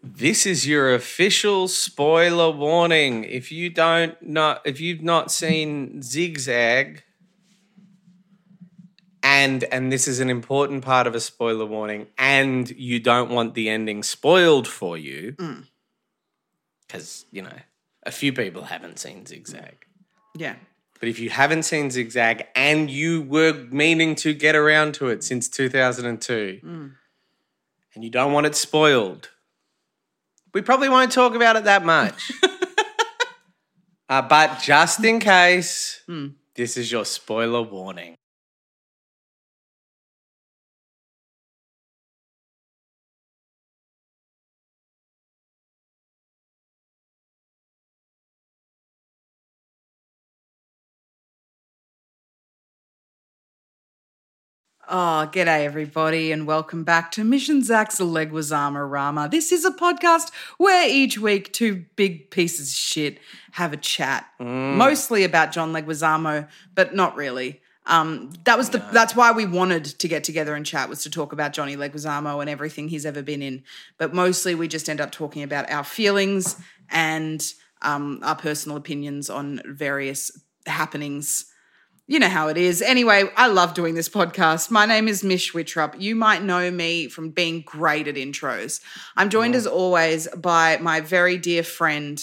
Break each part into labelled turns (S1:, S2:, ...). S1: This is your official spoiler warning. If you don't not if you've not seen Zigzag and and this is an important part of a spoiler warning and you don't want the ending spoiled for you cuz you know a few people haven't seen Zigzag.
S2: Yeah.
S1: But if you haven't seen Zigzag and you were meaning to get around to it since 2002 and you don't want it spoiled, we probably won't talk about it that much. Uh, but just in case,
S2: Hmm.
S1: this is your spoiler warning.
S2: Oh, g'day everybody, and welcome back to Mission Zach's Leguizamo Rama. This is a podcast where each week two big pieces of shit have a chat, mostly about John Leguizamo, but not really. Um, that was the that's why we wanted to get together and chat was to talk about Johnny Leguizamo and everything he's ever been in. But mostly we just end up talking about our feelings and um, our personal opinions on various happenings you know how it is. Anyway, I love doing this podcast. My name is Mish Wittrup. You might know me from being great at intros. I'm joined as always by my very dear friend,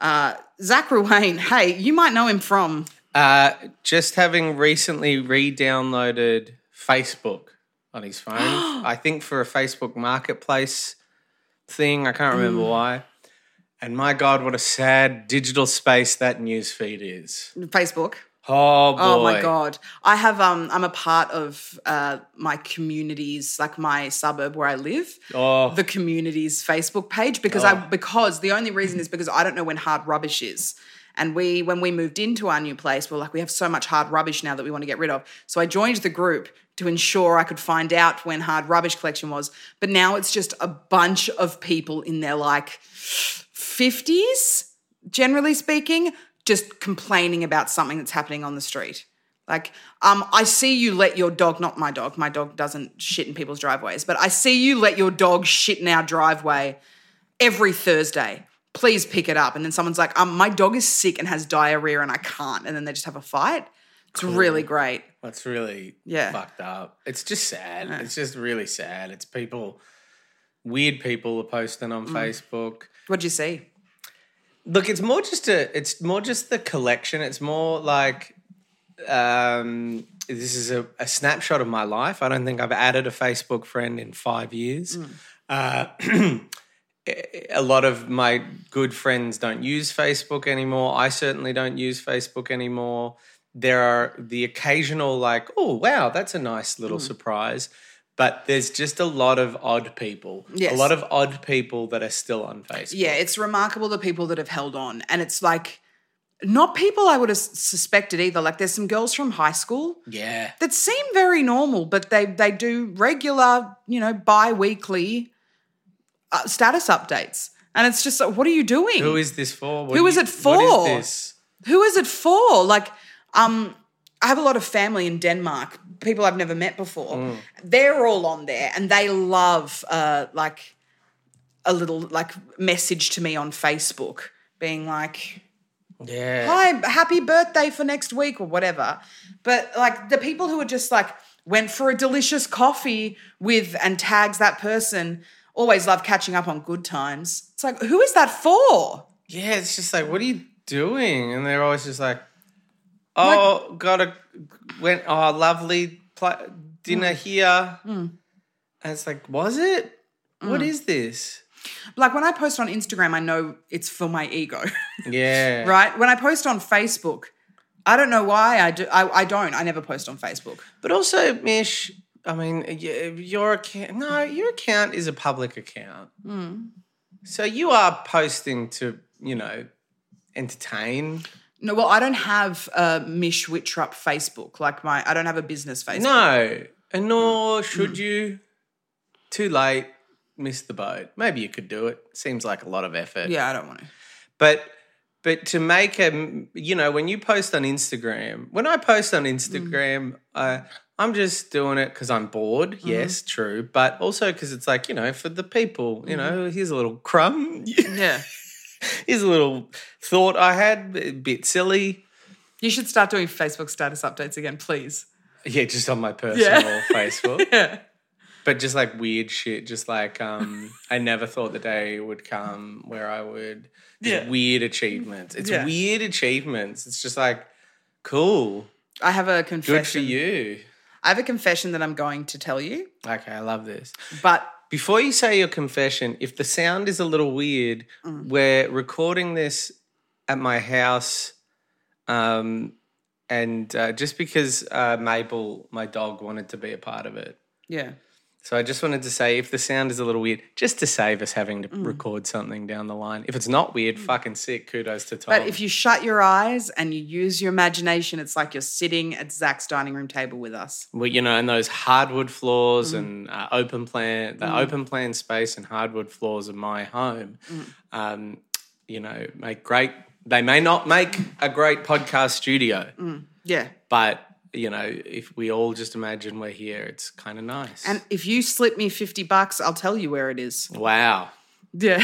S2: uh, Zach Ruane. Hey, you might know him from.
S1: Uh, just having recently re-downloaded Facebook on his phone, I think for a Facebook Marketplace thing. I can't
S2: Hmm.
S1: remember why. And my God, what a sad digital space that newsfeed is.
S2: Facebook.
S1: Oh boy!
S2: Oh my god, I have um, I'm a part of uh, my communities, like my suburb where I live,
S1: Oh.
S2: the communities Facebook page because I because the only reason is because I don't know when hard rubbish is. And we, when we moved into our new place, we we're like, we have so much hard rubbish now that we want to get rid of. So I joined the group to ensure I could find out when hard rubbish collection was. But now it's just a bunch of people in their like 50s, generally speaking, just complaining about something that's happening on the street. Like, um, I see you let your dog, not my dog, my dog doesn't shit in people's driveways, but I see you let your dog shit in our driveway every Thursday. Please pick it up. And then someone's like, um, my dog is sick and has diarrhea and I can't. And then they just have a fight. It's really great.
S1: That's really
S2: Yeah.
S1: fucked up. It's just sad. It's just really sad. It's people, weird people are posting on Facebook.
S2: What'd you see?
S1: Look, it's more just a. It's more just the collection. It's more like, um, this is a, a snapshot of my life. I don't think I've added a Facebook friend in five years.
S2: Mm.
S1: Uh, a lot of my good friends don't use Facebook anymore. I certainly don't use Facebook anymore. There are the occasional, like, oh, wow, that's a nice little
S2: Mm.
S1: surprise. But there's just a lot of odd people.
S2: Yes.
S1: A lot of odd people that are still on Facebook.
S2: Yeah, it's remarkable the people that have held on. And it's like, not people I would have suspected either. Like, there's some girls from high school
S1: Yeah.
S2: that seem very normal, but they they do regular, you know, bi-weekly uh, status updates. And it's just like, what are you doing?
S1: Who is this for? What
S2: Who
S1: do
S2: is
S1: you-
S2: it
S1: What
S2: for?
S1: is this?
S2: Who is it for? Like, um, I have a lot of family in Denmark, people I've never met before.
S1: Mm.
S2: They're all on there, and they love uh, like a little like message to me on Facebook, being like,
S1: Yeah.
S2: hi, happy birthday for next week or whatever. But like the people who are just like went for a delicious coffee with and tags that person always love catching up on good times. It's like, who is that for?
S1: Yeah, it's just like, what are you doing? And they're always just like, oh, got a went oh lovely pl-
S2: Mm.
S1: dinner here. And it's like, was it?
S2: Mm.
S1: What is this?
S2: Like when I post on Instagram, I know it's for my ego,
S1: Yeah,
S2: right? When I post on Facebook, I don't know why I do. I, I don't. I never post on Facebook.
S1: But also, Mish, I mean, y- your account. No, your account is a public account.
S2: Mm.
S1: So you are posting to, you know, entertain.
S2: No, well, I don't have a Mish Wittrup Facebook. Like my, I don't have a business Facebook.
S1: No, and nor should you. Too late, miss the boat. Maybe you could do it. Seems like a lot of effort.
S2: Yeah, I don't want to.
S1: but but to make a you know when you post on instagram when i post on instagram I i'm just doing it because i'm bored yes true but also because it's like you know for the people you know here's a little crumb
S2: Yeah.
S1: here's a little thought i had a bit silly
S2: You should start doing Facebook status updates again, please.
S1: yeah just on my personal facebook
S2: Yeah.
S1: but just like weird shit just like um i never thought the day would come where i would just
S2: Yeah.
S1: weird achievements it's
S2: Yeah.
S1: weird achievements it's just like cool
S2: I have a confession.
S1: Good for you.
S2: I have a confession that I'm going to tell you,
S1: Okay, I love this.
S2: but
S1: Before you say your confession, if the sound is a little weird,
S2: Mm.
S1: we're recording this at my house. Um, and uh, just because uh, Mabel, my dog, wanted to be a part of it.
S2: yeah.
S1: So I just wanted to say if the sound is a little weird, just to save us having to
S2: Mm.
S1: record something down the line. If it's not weird, fucking sick, kudos to Tom.
S2: But if you shut your eyes and you use your imagination, it's like you're sitting at Zach's dining room table with us.
S1: well, you know, and those hardwood
S2: Mm.
S1: floors and uh, open plan, the open plan space and hardwood floors of my home,
S2: Mm.
S1: um, you know, make great. They may not make a great podcast studio,
S2: Mm. Yeah.
S1: but you know, if we all just imagine we're here, it's kind of nice.
S2: And if you slip me 50 bucks, I'll tell you where it is.
S1: wow,
S2: Yeah.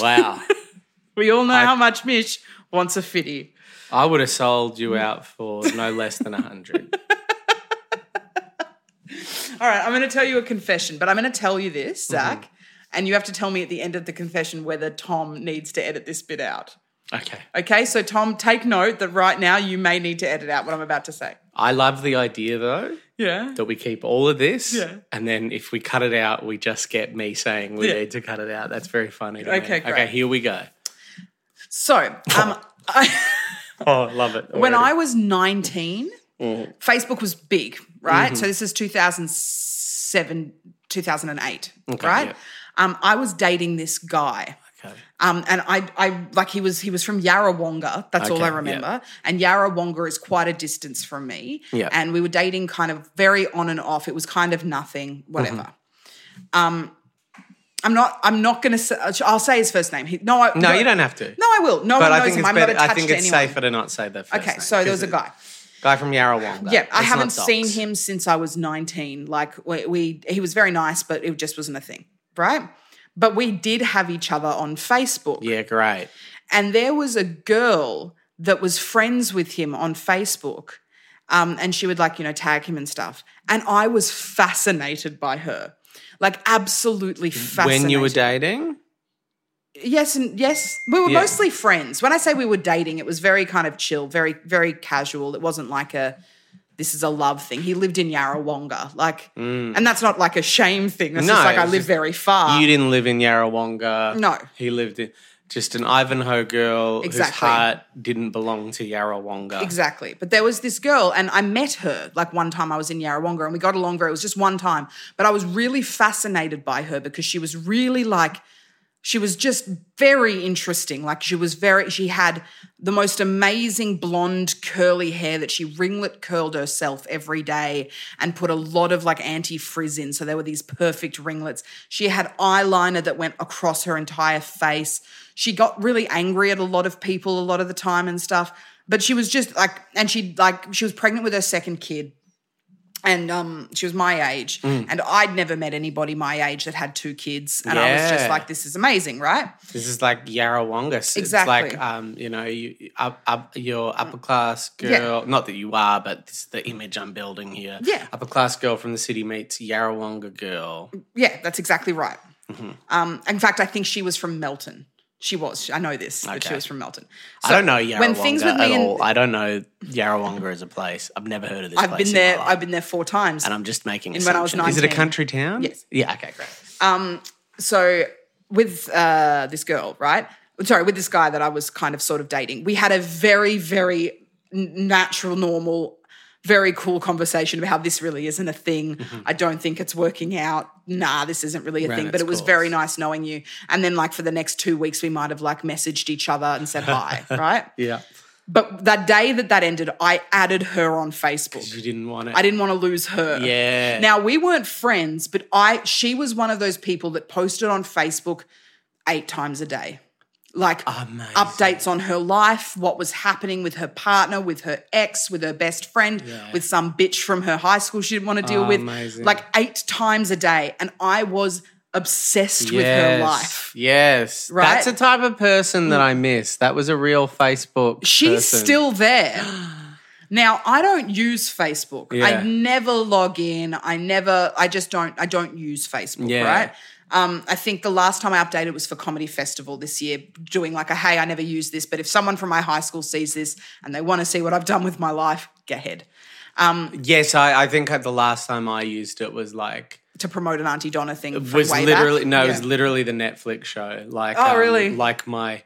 S1: wow,
S2: we all know how much Mish wants a fitty.
S1: I would have sold
S2: Mm.
S1: you out for no less than a hundred.
S2: All right, I'm going to tell you a confession, but I'm going to tell you this, Zach,
S1: Mm-hmm.
S2: and you have to tell me at the end of the confession whether Tom needs to edit this bit out.
S1: okay,
S2: Okay, so Tom, take note that right now you may need to edit out what I'm about to say.
S1: I love the idea though.
S2: Yeah.
S1: that we keep all of this,
S2: Yeah.
S1: and then if we cut it out, we just get me saying we
S2: Yeah.
S1: need to cut it out. That's very funny. to me.
S2: Okay, great.
S1: okay, here we go.
S2: So, um, I,
S1: Oh, love it.
S2: when I was 19, Facebook was big, right? So this is 2007, 2008, right?
S1: yeah.
S2: Um, I was dating this guy. Um, and I, I like he was he was from Yarrawonga. That's all
S1: Okay,
S2: I
S1: yeah.
S2: remember. And Yarrawonga is quite a distance from me.
S1: Yeah.
S2: And we were dating kind of very on and off. It was kind of nothing, whatever. Um,
S1: Mm-hmm.
S2: I'm not. I'm not going to. say I'll say his first name. He, no, I,
S1: no, you don't have to.
S2: No, I will. No
S1: but
S2: one
S1: I
S2: knows
S1: think
S2: him.
S1: it's
S2: I'm
S1: better.
S2: not attached
S1: I think
S2: to
S1: it's
S2: anyone.
S1: safer to not say the first
S2: Okay,
S1: name,
S2: so there was
S1: 'cause
S2: a guy.
S1: it- guy from Yarrawonga.
S2: Yeah, I
S1: It's
S2: haven't
S1: not
S2: seen
S1: dogs.
S2: him since I was 19. Like we, we he was very nice, but it just wasn't a thing, right? But we did have each other on Facebook.
S1: Yeah, great.
S2: And there was a girl that was friends with him on Facebook. Um, and she would like, you know, tag him and stuff. And I was fascinated by her. Like absolutely fascinated.
S1: When you were dating,
S2: Yes and yes. We were
S1: Yeah.
S2: mostly friends. When I say we were dating, it was very kind of chill, very, very casual. It wasn't like a this is a love thing. He lived in Yarrawonga. Like and that's not like a shame thing. That's
S1: Mm. No,
S2: just like I
S1: it's
S2: live
S1: just-
S2: very far.
S1: you didn't live in Yarrawonga.
S2: Uh, No.
S1: he lived in just an Ivanhoe girl whose
S2: Exactly.
S1: heart didn't belong to Yarrawonga.
S2: Exactly. But there was this girl, and I met her like one time I was in Yarrawonga and we got along very, it was just one time. But I was really fascinated by her because she was really like, she was just very interesting. Like she was very, she had the most amazing blonde curly hair that she ringlet curled herself every day and put a lot of like anti frizz in. So there were these perfect ringlets. She had eyeliner that went across her entire face. She got really angry at a lot of people a lot of the time and stuff. But she was just like, and she like, she was pregnant with her second kid and um, she was my age,
S1: Mm.
S2: and I'd never met anybody my age that had two kids, and I was just
S1: Yeah.
S2: like, "This is amazing, right?"
S1: This is like Yarrawonga. It's
S2: Exactly.
S1: like um, you know, you up, up your upper class girl. Not that you are, but this is the image I'm building here.
S2: Yeah.
S1: upper class girl from the city meets Yarrawonga girl.
S2: Yeah, that's exactly right.
S1: Mm-hmm.
S2: Um, in fact, I think she was from Melton. She was. I know this, but she
S1: Okay.
S2: was from Melton.
S1: I
S2: So
S1: don't know Yarrawonga
S2: When things with
S1: at
S2: me
S1: all.
S2: and
S1: I don't know Yarrawonga as a place. I've never heard of this.
S2: I've
S1: place
S2: been
S1: in
S2: there.
S1: my
S2: I've
S1: life.
S2: been there four times.
S1: and I'm just making.
S2: And when I was
S1: assumptions. is it a
S2: 19.
S1: country town?
S2: Yes.
S1: Yeah. Okay. Great.
S2: so with uh, this girl, right? Sorry, with this guy that I was kind of sort of dating, we had a very, very n- natural, normal, very cool conversation about how this really isn't a thing. I don't think it's working out. Nah, this isn't really a
S1: Mm-hmm. Ran
S2: thing.
S1: its
S2: But it was
S1: course.
S2: very nice knowing you. And then like for the next two weeks, we might have like messaged each other and said hi, right?
S1: Yeah.
S2: But that day that that ended, I added her on
S1: You
S2: Facebook.
S1: didn't want it.
S2: I didn't want to lose her.
S1: Yeah.
S2: Now we weren't friends, but I she was one of those people that posted on Facebook eight times a day. Like
S1: Amazing.
S2: updates on her life, what was happening with her partner, with her ex, with her best friend, with some bitch from her high school she didn't want to deal with.
S1: Oh, Amazing.
S2: Like eight times a day. And I was obsessed with
S1: Yes,
S2: her life.
S1: Yes.
S2: Right?
S1: That's the type of person that I miss. That was a real Facebook.
S2: She's
S1: person.
S2: still there. Now, I don't use Facebook.
S1: Yeah.
S2: I never log in. I never I just don't I don't use Facebook,
S1: Yeah.
S2: right? Um, I think the last time I updated was for Comedy Festival this year, doing like a hey, I never use this, but if someone from my high school sees this and they want to see what I've done with my life, go ahead.
S1: Yes, I, I think the last time I used it was like
S2: To promote an Auntie Donna thing. from
S1: was
S2: way
S1: literally
S2: back.
S1: no, it
S2: Yeah.
S1: was literally the Netflix show. Like
S2: Oh,
S1: um,
S2: really?
S1: Like my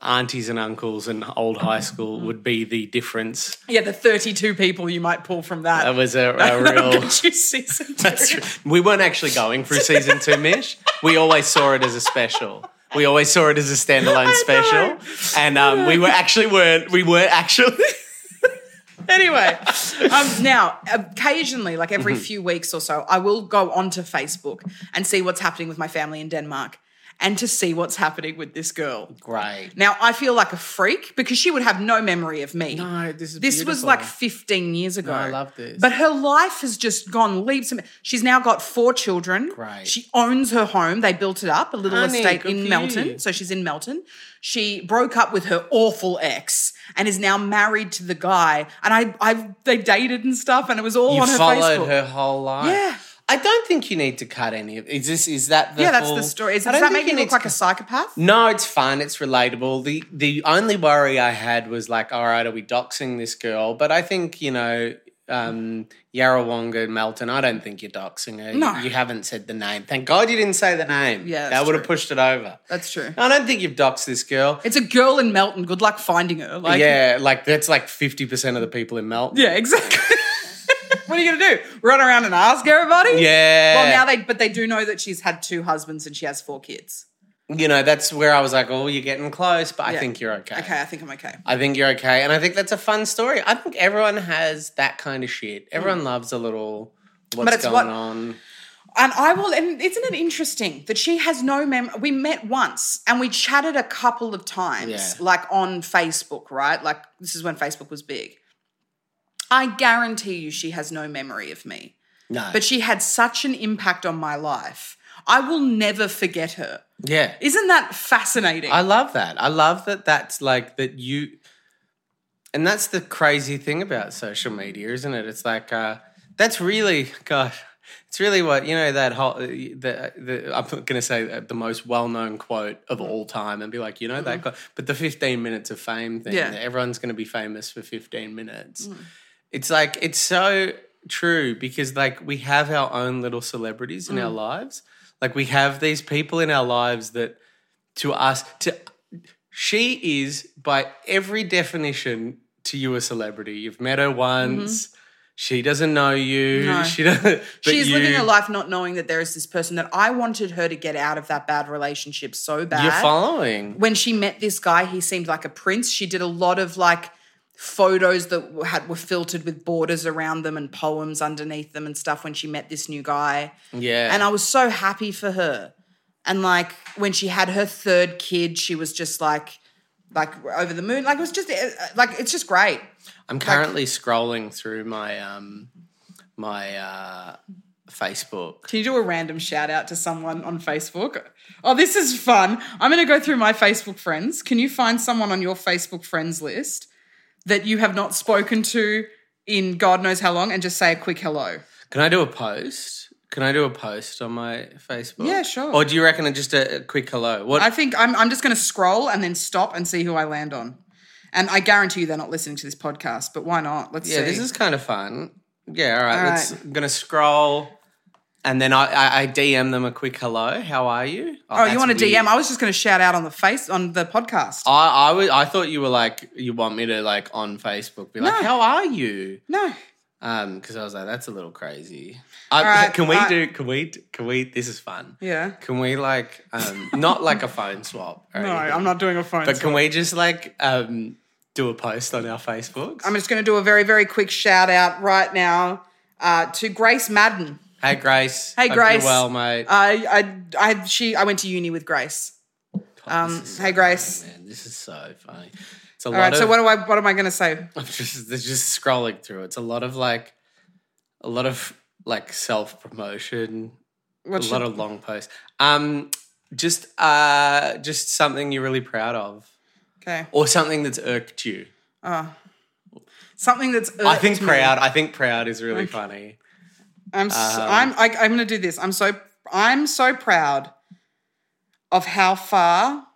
S1: aunties and uncles and old high school would be the difference.
S2: yeah, the 32 people you might pull from that.
S1: That was a, a real.
S2: Got you season two.
S1: That's- we weren't actually going through season two, Mish. We always saw it as a special. We always saw it as a standalone special, and um, we were actually weren't. We were actually.
S2: anyway, um, now occasionally, like every few weeks or so, I will go onto Facebook and see what's happening with my family in Denmark and to see what's happening with this girl.
S1: Great.
S2: Now, I feel like a freak because she would have no memory of me.
S1: No, this is
S2: This was
S1: beautiful.
S2: like 15 years ago.
S1: I love this.
S2: But her life has just gone leaps and she's now got four children.
S1: Great.
S2: She owns her home. They built it up, a little
S1: Honey,
S2: estate
S1: good
S2: in
S1: for
S2: Melton.
S1: you.
S2: So she's in Melton. She broke up with her awful ex and is now married to the guy. And I I they dated and stuff and it was all
S1: You
S2: on her
S1: followed
S2: Facebook.
S1: her whole life.
S2: Yeah.
S1: I don't think you need to cut any of. Is this? Is that the?
S2: yeah, that's
S1: full-
S2: the story. Is,
S1: I
S2: does
S1: don't
S2: that
S1: think
S2: make you
S1: need
S2: look
S1: to
S2: like a psychopath?
S1: No, it's fun. It's relatable. The the only worry I had was like, all right, are we doxing this girl? But I think you know, um, Yarrawonga Melton. I don't think you're doxing her.
S2: No.
S1: you, you haven't said the name. Thank God you didn't say the name. that
S2: Yeah, that's
S1: would have
S2: true.
S1: pushed it over.
S2: That's true.
S1: I don't think you've doxed this girl.
S2: It's a girl in Melton. Good luck finding her. Like
S1: yeah, like that's like fifty percent of the people in Melton.
S2: Yeah, exactly. what are you gonna do? Run around and ask everybody?
S1: Yeah.
S2: Well, now they but they do know that she's had two husbands and she has four kids.
S1: you know, that's where I was like, oh, you're getting close, but I
S2: Yeah.
S1: think you're okay.
S2: Okay, I think I'm okay.
S1: I think you're okay. And I think that's a fun story. I think everyone has that kind of shit. Everyone loves a little what's
S2: it's
S1: going
S2: what-
S1: on.
S2: And I will. And isn't it interesting that she has no mem? We met once and we chatted a couple of times,
S1: Yeah.
S2: like on Facebook, right? Like this is when Facebook was big. I guarantee you, she has no memory of me,
S1: No.
S2: but she had such an impact on my life. I will never forget her.
S1: yeah.
S2: Isn't that fascinating?
S1: I love that. I love that that's like that you and that's the crazy thing about social media, isn't it? It's like uh that's really gosh it's really what you know that whole the, the I'm not going to say that the most well-known quote of all time and be like you know that quote, but the 15 minutes of fame thing
S2: Yeah.
S1: that everyone's going to be famous for 15 minutes. It's like it's so true because like we have our own little celebrities in our lives. Like we have these people in our lives that to us to she is by every definition to you a celebrity. You've met her once. She doesn't know you.
S2: Mm-hmm. No.
S1: She doesn't. but
S2: She's living
S1: you-
S2: her life not knowing that there is this person that I wanted her to get out of that bad relationship so bad.
S1: You're following.
S2: when she met this guy, he seemed like a prince. She did a lot of like photos that were- had were filtered with borders around them and poems underneath them and stuff when she met this new guy.
S1: Yeah.
S2: And I was so happy for her. And like when she had her third kid, she was just like like over the moon. Like it was just uh, uh, like it's just great.
S1: I'm currently scrolling through my um my uh Facebook.
S2: Can you do a random shout out to someone on Facebook? Oh, this is fun. I'm going to go through my Facebook friends. Can you find someone on your Facebook friends list that you have not spoken to in God knows how long and just say a quick hello?
S1: Can I do a post? Can I do a post on my Facebook?
S2: Yeah, sure.
S1: Or do you reckon just a, a quick hello? What
S2: I think I'm, I'm just going to scroll and then stop and see who I land on. And I guarantee you they're not listening to this podcast, but why not? Let's
S1: Yeah,
S2: see.
S1: this is kind of fun. Yeah, all right.
S2: All
S1: let's,
S2: right.
S1: I'm going to scroll. And then I, I, I DM them a quick hello. How are you?
S2: Oh, you
S1: that's
S2: want to
S1: weird. Oh.
S2: DM? I was just going to shout out on the face on the podcast.
S1: I, I, was, I thought you were like, you want me to like on Facebook be like,
S2: No.
S1: how are you?
S2: no,
S1: Um, because I was like, that's a little crazy. I,
S2: right,
S1: can we
S2: I-
S1: do? Can we? d- Can we? This is fun.
S2: yeah,
S1: Can we like, um, not like a phone swap? Or
S2: no,
S1: anything,
S2: I'm not doing a phone.
S1: But can we just like um, do a post on our Facebooks?
S2: I'm just going to do a very, very quick shout out right now uh, to Grace Madden.
S1: hey Grace.
S2: Hey,
S1: Hope
S2: Grace.
S1: You're well, mate.
S2: I, I, I, she, I went to uni with Grace. Um,
S1: Oh, This is
S2: hey, Grace.
S1: Man, this is so funny. It's a
S2: All
S1: lot
S2: right.
S1: of.
S2: So what do I, what am I going to say?
S1: I'm just, they're just scrolling through. It's a lot of like, a lot of like self promotion. A
S2: What should-
S1: lot of long posts. Um, just uh, just something you're really proud of,
S2: okay.
S1: or something that's irked you.
S2: Something that's.
S1: I think
S2: irked me.
S1: proud. Um, I think proud is really funny.
S2: I'm. So, I'm. I, I'm going to do this. I'm so. I'm so proud of how far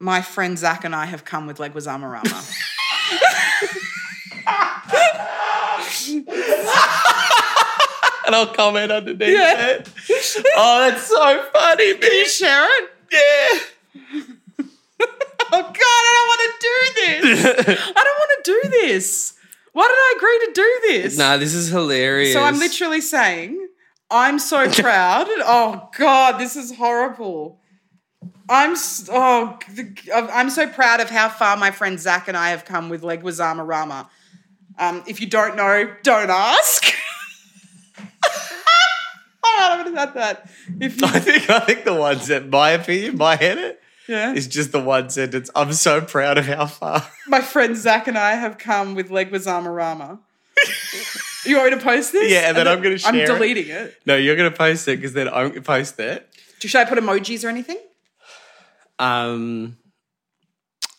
S2: my friend Zach and I have come with Leguizamo Rama.
S1: And I'll comment underneath it. Oh, that's so funny, bitch.
S2: Share it.
S1: Yeah.
S2: Oh God, I don't want to do this. I don't want to do this. Why did I agree to do this?
S1: Nah, this is hilarious.
S2: So I'm literally saying, I'm so proud. oh God, this is horrible. I'm s- oh the- I'm so proud of how far my friend Zach and I have come with Leguizamo Rama. Um, if you don't know, don't ask. All right, I'm gonna add that. If you,
S1: I think I think the one sent my opinion, my edit
S2: yeah.
S1: is just the one sentence. I'm so proud of how far.
S2: my friend Zach and I have come with Leguizamo Rama. you want me to post this?
S1: Yeah, and then I'm gonna share
S2: I'm
S1: it.
S2: deleting it.
S1: No, you're gonna post it because then I'm gonna post it.
S2: Should I put emojis or anything?
S1: Um,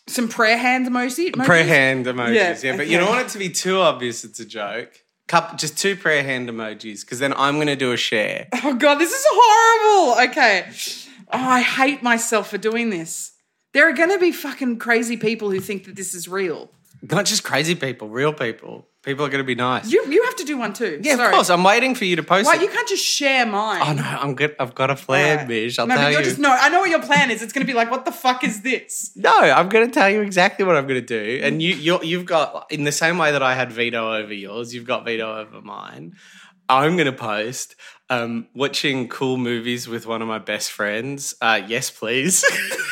S2: Some prayer hand emoji. emojis?
S1: prayer hand emojis. Yeah,
S2: Yeah,
S1: but you don't
S2: okay.
S1: want it to be too obvious. It's a joke. Couple, just two prayer hand emojis because then I'm gonna do a share.
S2: Oh god, this is horrible. Okay. Oh, I hate myself for doing this. There are going to be fucking crazy people who think that this is real.
S1: Not just crazy people, real people. People are gonna be nice.
S2: You you have to do one too.
S1: yeah,
S2: Sorry.
S1: of course. I'm waiting for you to post
S2: Why
S1: it.
S2: you can't just share mine?
S1: oh no, I'm good. I've got a plan, Mish. I'll
S2: no,
S1: tell
S2: but you're
S1: you.
S2: just no. I know what your plan is. It's going to be like, what the fuck is this?
S1: No, I'm going to tell you exactly what I'm going to do. And you, you're, you've got, in the same way that I had veto over yours, you've got veto over mine. I'm going to post um, watching cool movies with one of my best friends. Uh, yes, please.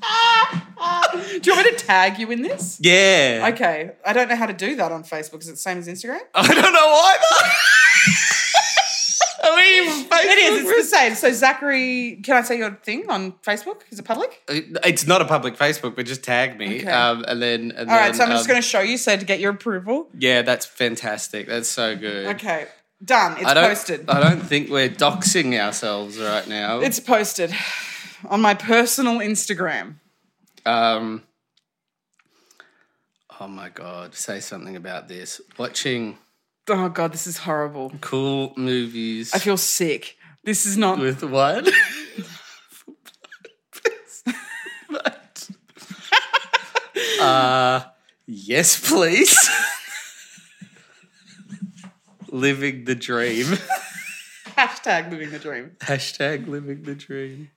S2: Do you want me to tag you in this?
S1: yeah.
S2: Okay, I don't know how to do that on Facebook. Is it the same as Instagram?
S1: I don't know either. Are we even
S2: It
S1: Facebook
S2: is. It's the same. So Zachary, can I say your thing on Facebook? Is it public?
S1: friends? Uh, It's not a public Facebook, but just tag me.
S2: Okay.
S1: Um, and then, and
S2: All
S1: then,
S2: right. So I'm just
S1: um,
S2: going to show you. So to get your approval.
S1: Yeah, that's fantastic. That's so good.
S2: Okay. Done. It's
S1: I don't,
S2: posted.
S1: I don't think we're doxing ourselves right now.
S2: it's posted on my personal Instagram.
S1: Um, oh my god, say something about this. Watching
S2: Oh god, this is horrible.
S1: cool movies
S2: I feel sick. This is not.
S1: with what? uh, yes, please. living the dream.
S2: Hashtag living the dream.
S1: Hashtag living the dream.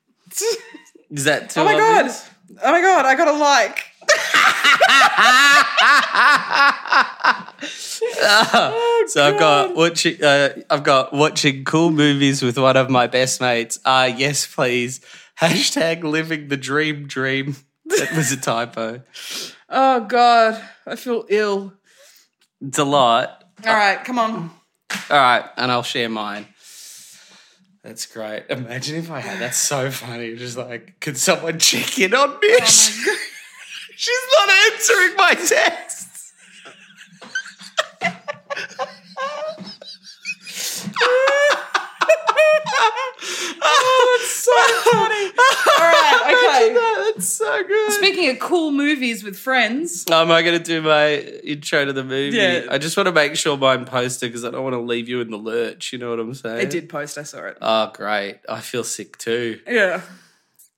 S1: Is that too
S2: Oh my god.
S1: obvious?
S2: Oh my god. I got a like.
S1: So I've got watching. Uh, I've got watching cool movies with one of my best mates. Uh yes, please. Hashtag living the dream. Dream. That was a typo.
S2: Oh god. I feel ill.
S1: It's a lot.
S2: All right. Come on.
S1: All right, and I'll share mine. That's great. Imagine if I had. That's so funny. Just like, could someone check in on me? She's not answering my texts. oh, that's so funny.
S2: All right. Okay.
S1: That's so good.
S2: Speaking of cool movies with friends.
S1: Oh, Am I going to do my intro to the movie?
S2: Yeah.
S1: I just want to make sure mine posted because I don't want to leave you in the lurch. You know what I'm saying?
S2: It did post. I saw it.
S1: Oh, great. I feel sick too.
S2: Yeah.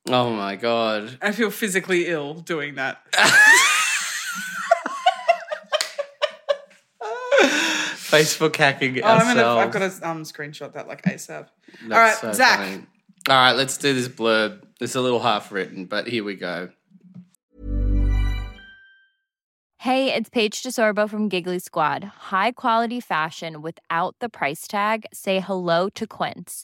S1: Oh, my God.
S2: I feel physically ill doing that.
S1: Facebook hacking
S2: Oh, I'm
S1: ourselves.
S2: gonna, I've got to um, screenshot that like ASAP.
S1: That's
S2: All right,
S1: so
S2: Zach.
S1: funny. All right, let's do this blurb. It's a little half written, but here we go.
S3: Hey, it's Paige DeSorbo from Giggly Squad. High quality fashion without the price tag. Say hello to Quince.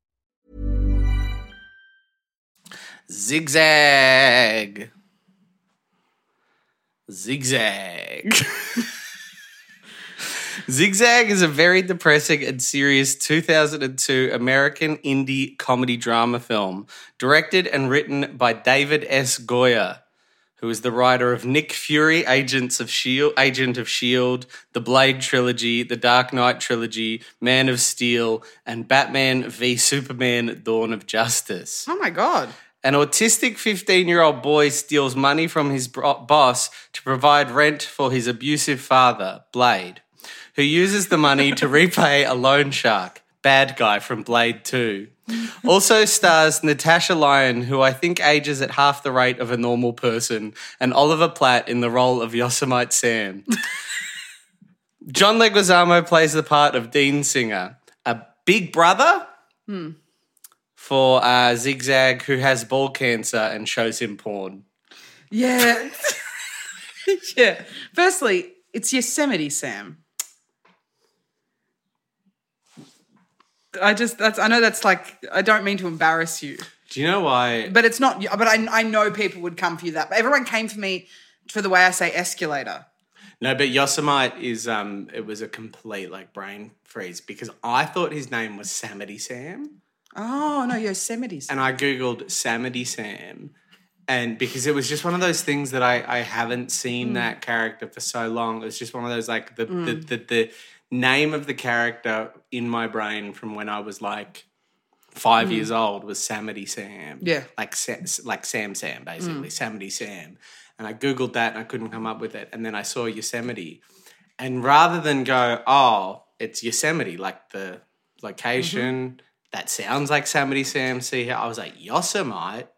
S1: Zigzag. Zigzag. Zigzag is a very depressing and serious 2002 American indie comedy drama film, directed and written by David S. Goyer, who is the writer of Nick Fury, Agents of Shield, Agent of Shield, E the Blade trilogy, the Dark Knight trilogy, Man of Steel, and Batman v Superman: Dawn of Justice.
S2: Oh my god.
S1: An autistic 15 year old boy steals money from his bro- boss to provide rent for his abusive father, Blade, who uses the money to repay a loan shark, bad guy from Blade 2. Also stars Natasha Lyon, who I think ages at half the rate of a normal person, and Oliver Platt in the role of Yosemite Sam. John Leguizamo plays the part of Dean Singer, a big brother for uh, Zigzag, who has ball cancer and shows him porn.
S2: Yeah. yeah. Firstly, it's Yosemite Sam. I just that's I know that's like I don't mean to embarrass you,
S1: Do you know why?
S2: but it's not. But I I know people would come for you that. But everyone came for me for the way I say escalator.
S1: No, but Yosemite is um, it was a complete like brain freeze because I thought his name was Samity Sam,
S2: Oh no, Yosemite Sam.
S1: and I googled Samity Sam, and because it was just one of those things that I I haven't seen that character for so long. It was just one of those like the the, the the name of the character in my brain from when I was like. Five years old was Samity Sam.
S2: Hmm. Yeah. Hmm.
S1: like Sa- like Sam Sam basically Samity Sam, and I googled that and I couldn't come up with it, and then I saw Yosemite, and rather than go oh it's Yosemite like the location
S2: Mm-hmm.
S1: that sounds like Samity Sam, see here I was like Yosemite,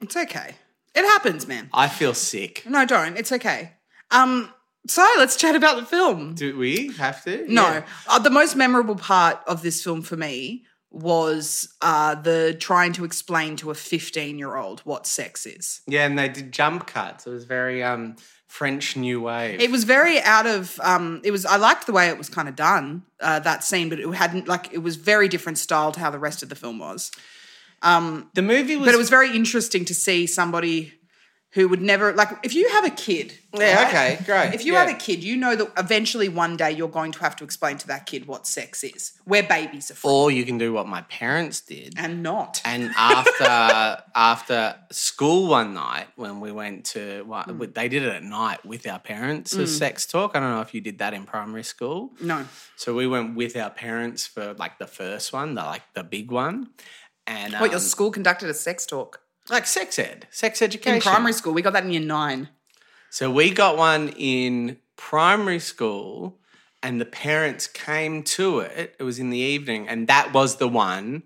S2: It's okay. It happens, man.
S1: I feel sick.
S2: No, don't. It's okay. Um, so let's chat about the film.
S1: Do we have to?
S2: No,
S1: Yeah.
S2: uh, the most memorable part of this film for me was uh, the trying to explain to a 15 year old what sex is.
S1: yeah, and they did jump cuts. It was very um French New Wave.
S2: It was very out of. Um, it was. I liked the way it was kind of done uh, that scene, but it hadn't like it was very different style to how the rest of the film was.
S1: the movie was,
S2: But it was very interesting to see somebody who would never like if you have a kid.
S1: Yeah,
S2: right?
S1: okay, great.
S2: If you
S1: Yeah.
S2: have a kid, you know that eventually one day you're going to have to explain to that kid what sex is, where babies are from,
S1: or you can do what my parents did.
S2: and not.
S1: And after after school one night when we went to well,
S2: Mm.
S1: they did it at night with our parents as sex talk. I don't know if you did that in primary school.
S2: no.
S1: So we went with our parents for like the first one, the like the big one. And
S2: What your
S1: um,
S2: school conducted a sex talk
S1: like sex ed, sex
S2: in
S1: education.
S2: primary school? We got that in year nine.
S1: So we got one in primary school, and the parents came to it. It was in the evening, and that was the one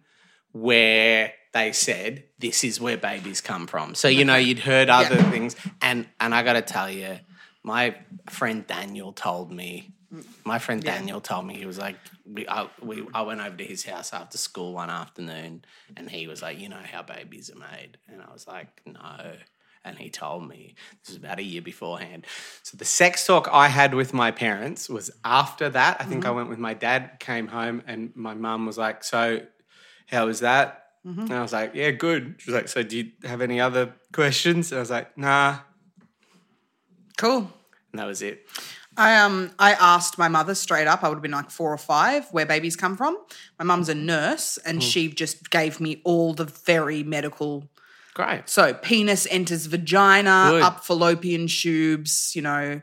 S1: where they said, "This is where babies come from." So you know, you'd heard other things, and and I got to tell you, my friend Daniel told me. My friend Daniel told me he was like, we, I, we, I went over to his house after school one afternoon, and he was like, you know how babies are made, and I was like, no. And he told me this was about a year beforehand. So the sex talk I had with my parents was after that. I think I went with my dad, came home, and my mum was like, "So how was that?
S2: Mm-hmm.
S1: And I was like, yeah, good. She was like, so do you have any other questions? And I was like, nah.
S2: Cool.
S1: And that was it.
S2: I um I asked my mother straight up. I would have been like four or five, where babies come from. My mum's a nurse, and she just gave me all the very medical.
S1: Great.
S2: So penis enters vagina,
S1: Good.
S2: up fallopian tubes. You know,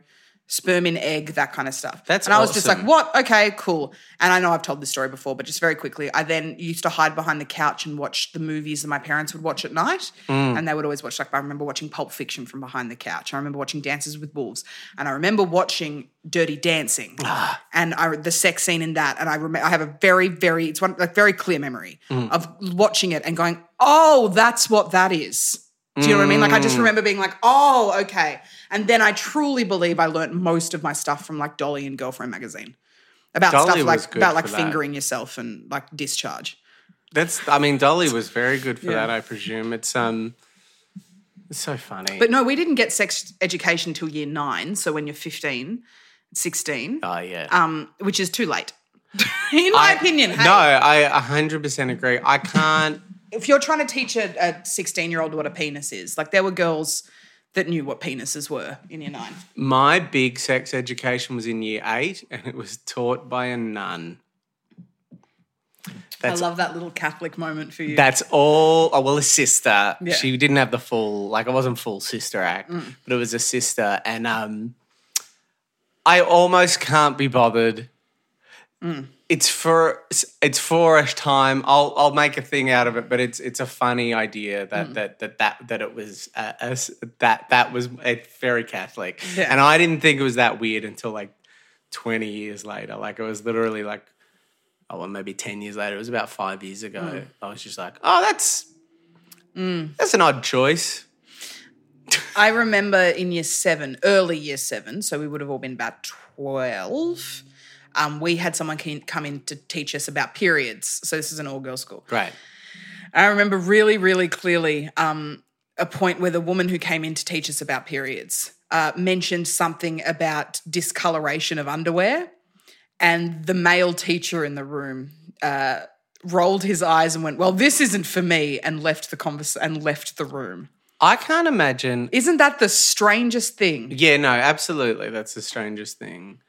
S2: sperm in egg, that kind of stuff.
S1: That's
S2: and I was just like,
S1: awesome.
S2: what? Okay, cool. And I know I've told this story before, but just very quickly, I then used to hide behind the couch and watch the movies that my parents would watch at night,
S1: Mm.
S2: and they would always watch. Like I remember watching Pulp Fiction from behind the couch. I remember watching Dances with Wolves, and I remember watching Dirty Dancing
S1: Ah.
S2: and I the sex scene in that. And I remember I have a very very it's one like very clear memory
S1: Mm.
S2: of watching it and going, oh, that's what that is. Do you know what I mean? Like I
S1: Mm.
S2: just remember being like, oh, okay. And then I truly believe I learnt most of my stuff from like Dolly and Girlfriend magazine. About
S1: Dolly
S2: stuff
S1: was
S2: like
S1: good
S2: about like
S1: for that.
S2: fingering yourself and like discharge.
S1: That's I mean Dolly was very good for that, I presume. It's um it's so funny.
S2: But no, we didn't get sex education till year nine. So when you're 15, 16,
S1: oh yeah.
S2: um, which is too late. In my opinion, hey,
S1: No, I 100% agree. I can't
S2: if you're trying to teach a 16 year old what a penis is, like there were girls that knew what penises were in year nine.
S1: My big sex education was in year eight, and it was taught by a nun. That's-
S2: I love that little Catholic moment for you.
S1: That's all. Oh, well, a sister.
S2: Yeah. Mm.
S1: She didn't have the full, like, it wasn't full sister act, but it was a sister. And um, I almost can't be bothered.
S2: Mm.
S1: It's for it's for a time. I'll I'll make a thing out of it, but it's it's a funny idea
S2: Mm.
S1: that that, that that that it was uh, as- that that was uh, very Catholic,
S2: Yeah.
S1: and I didn't think it was that weird until like twenty years later. Like it was literally like oh, well, maybe 10 years later, it was about five years ago.
S2: Mm.
S1: I was just like, oh, that's that's an odd choice.
S2: I remember in year seven, early year seven, so we would have all been about 12. Um, we had someone ke- come in to teach us about periods. So this is an all girl school.
S1: Right.
S2: I remember really, really clearly um, a point where the woman who came in to teach us about periods uh, mentioned something about discoloration of underwear, and the male teacher in the room uh, rolled his eyes and went, "Well, this isn't for me," and left the convers- and left the room.
S1: I can't imagine.
S2: Isn't that the strangest thing?
S1: Yeah, no, absolutely. That's the strangest thing.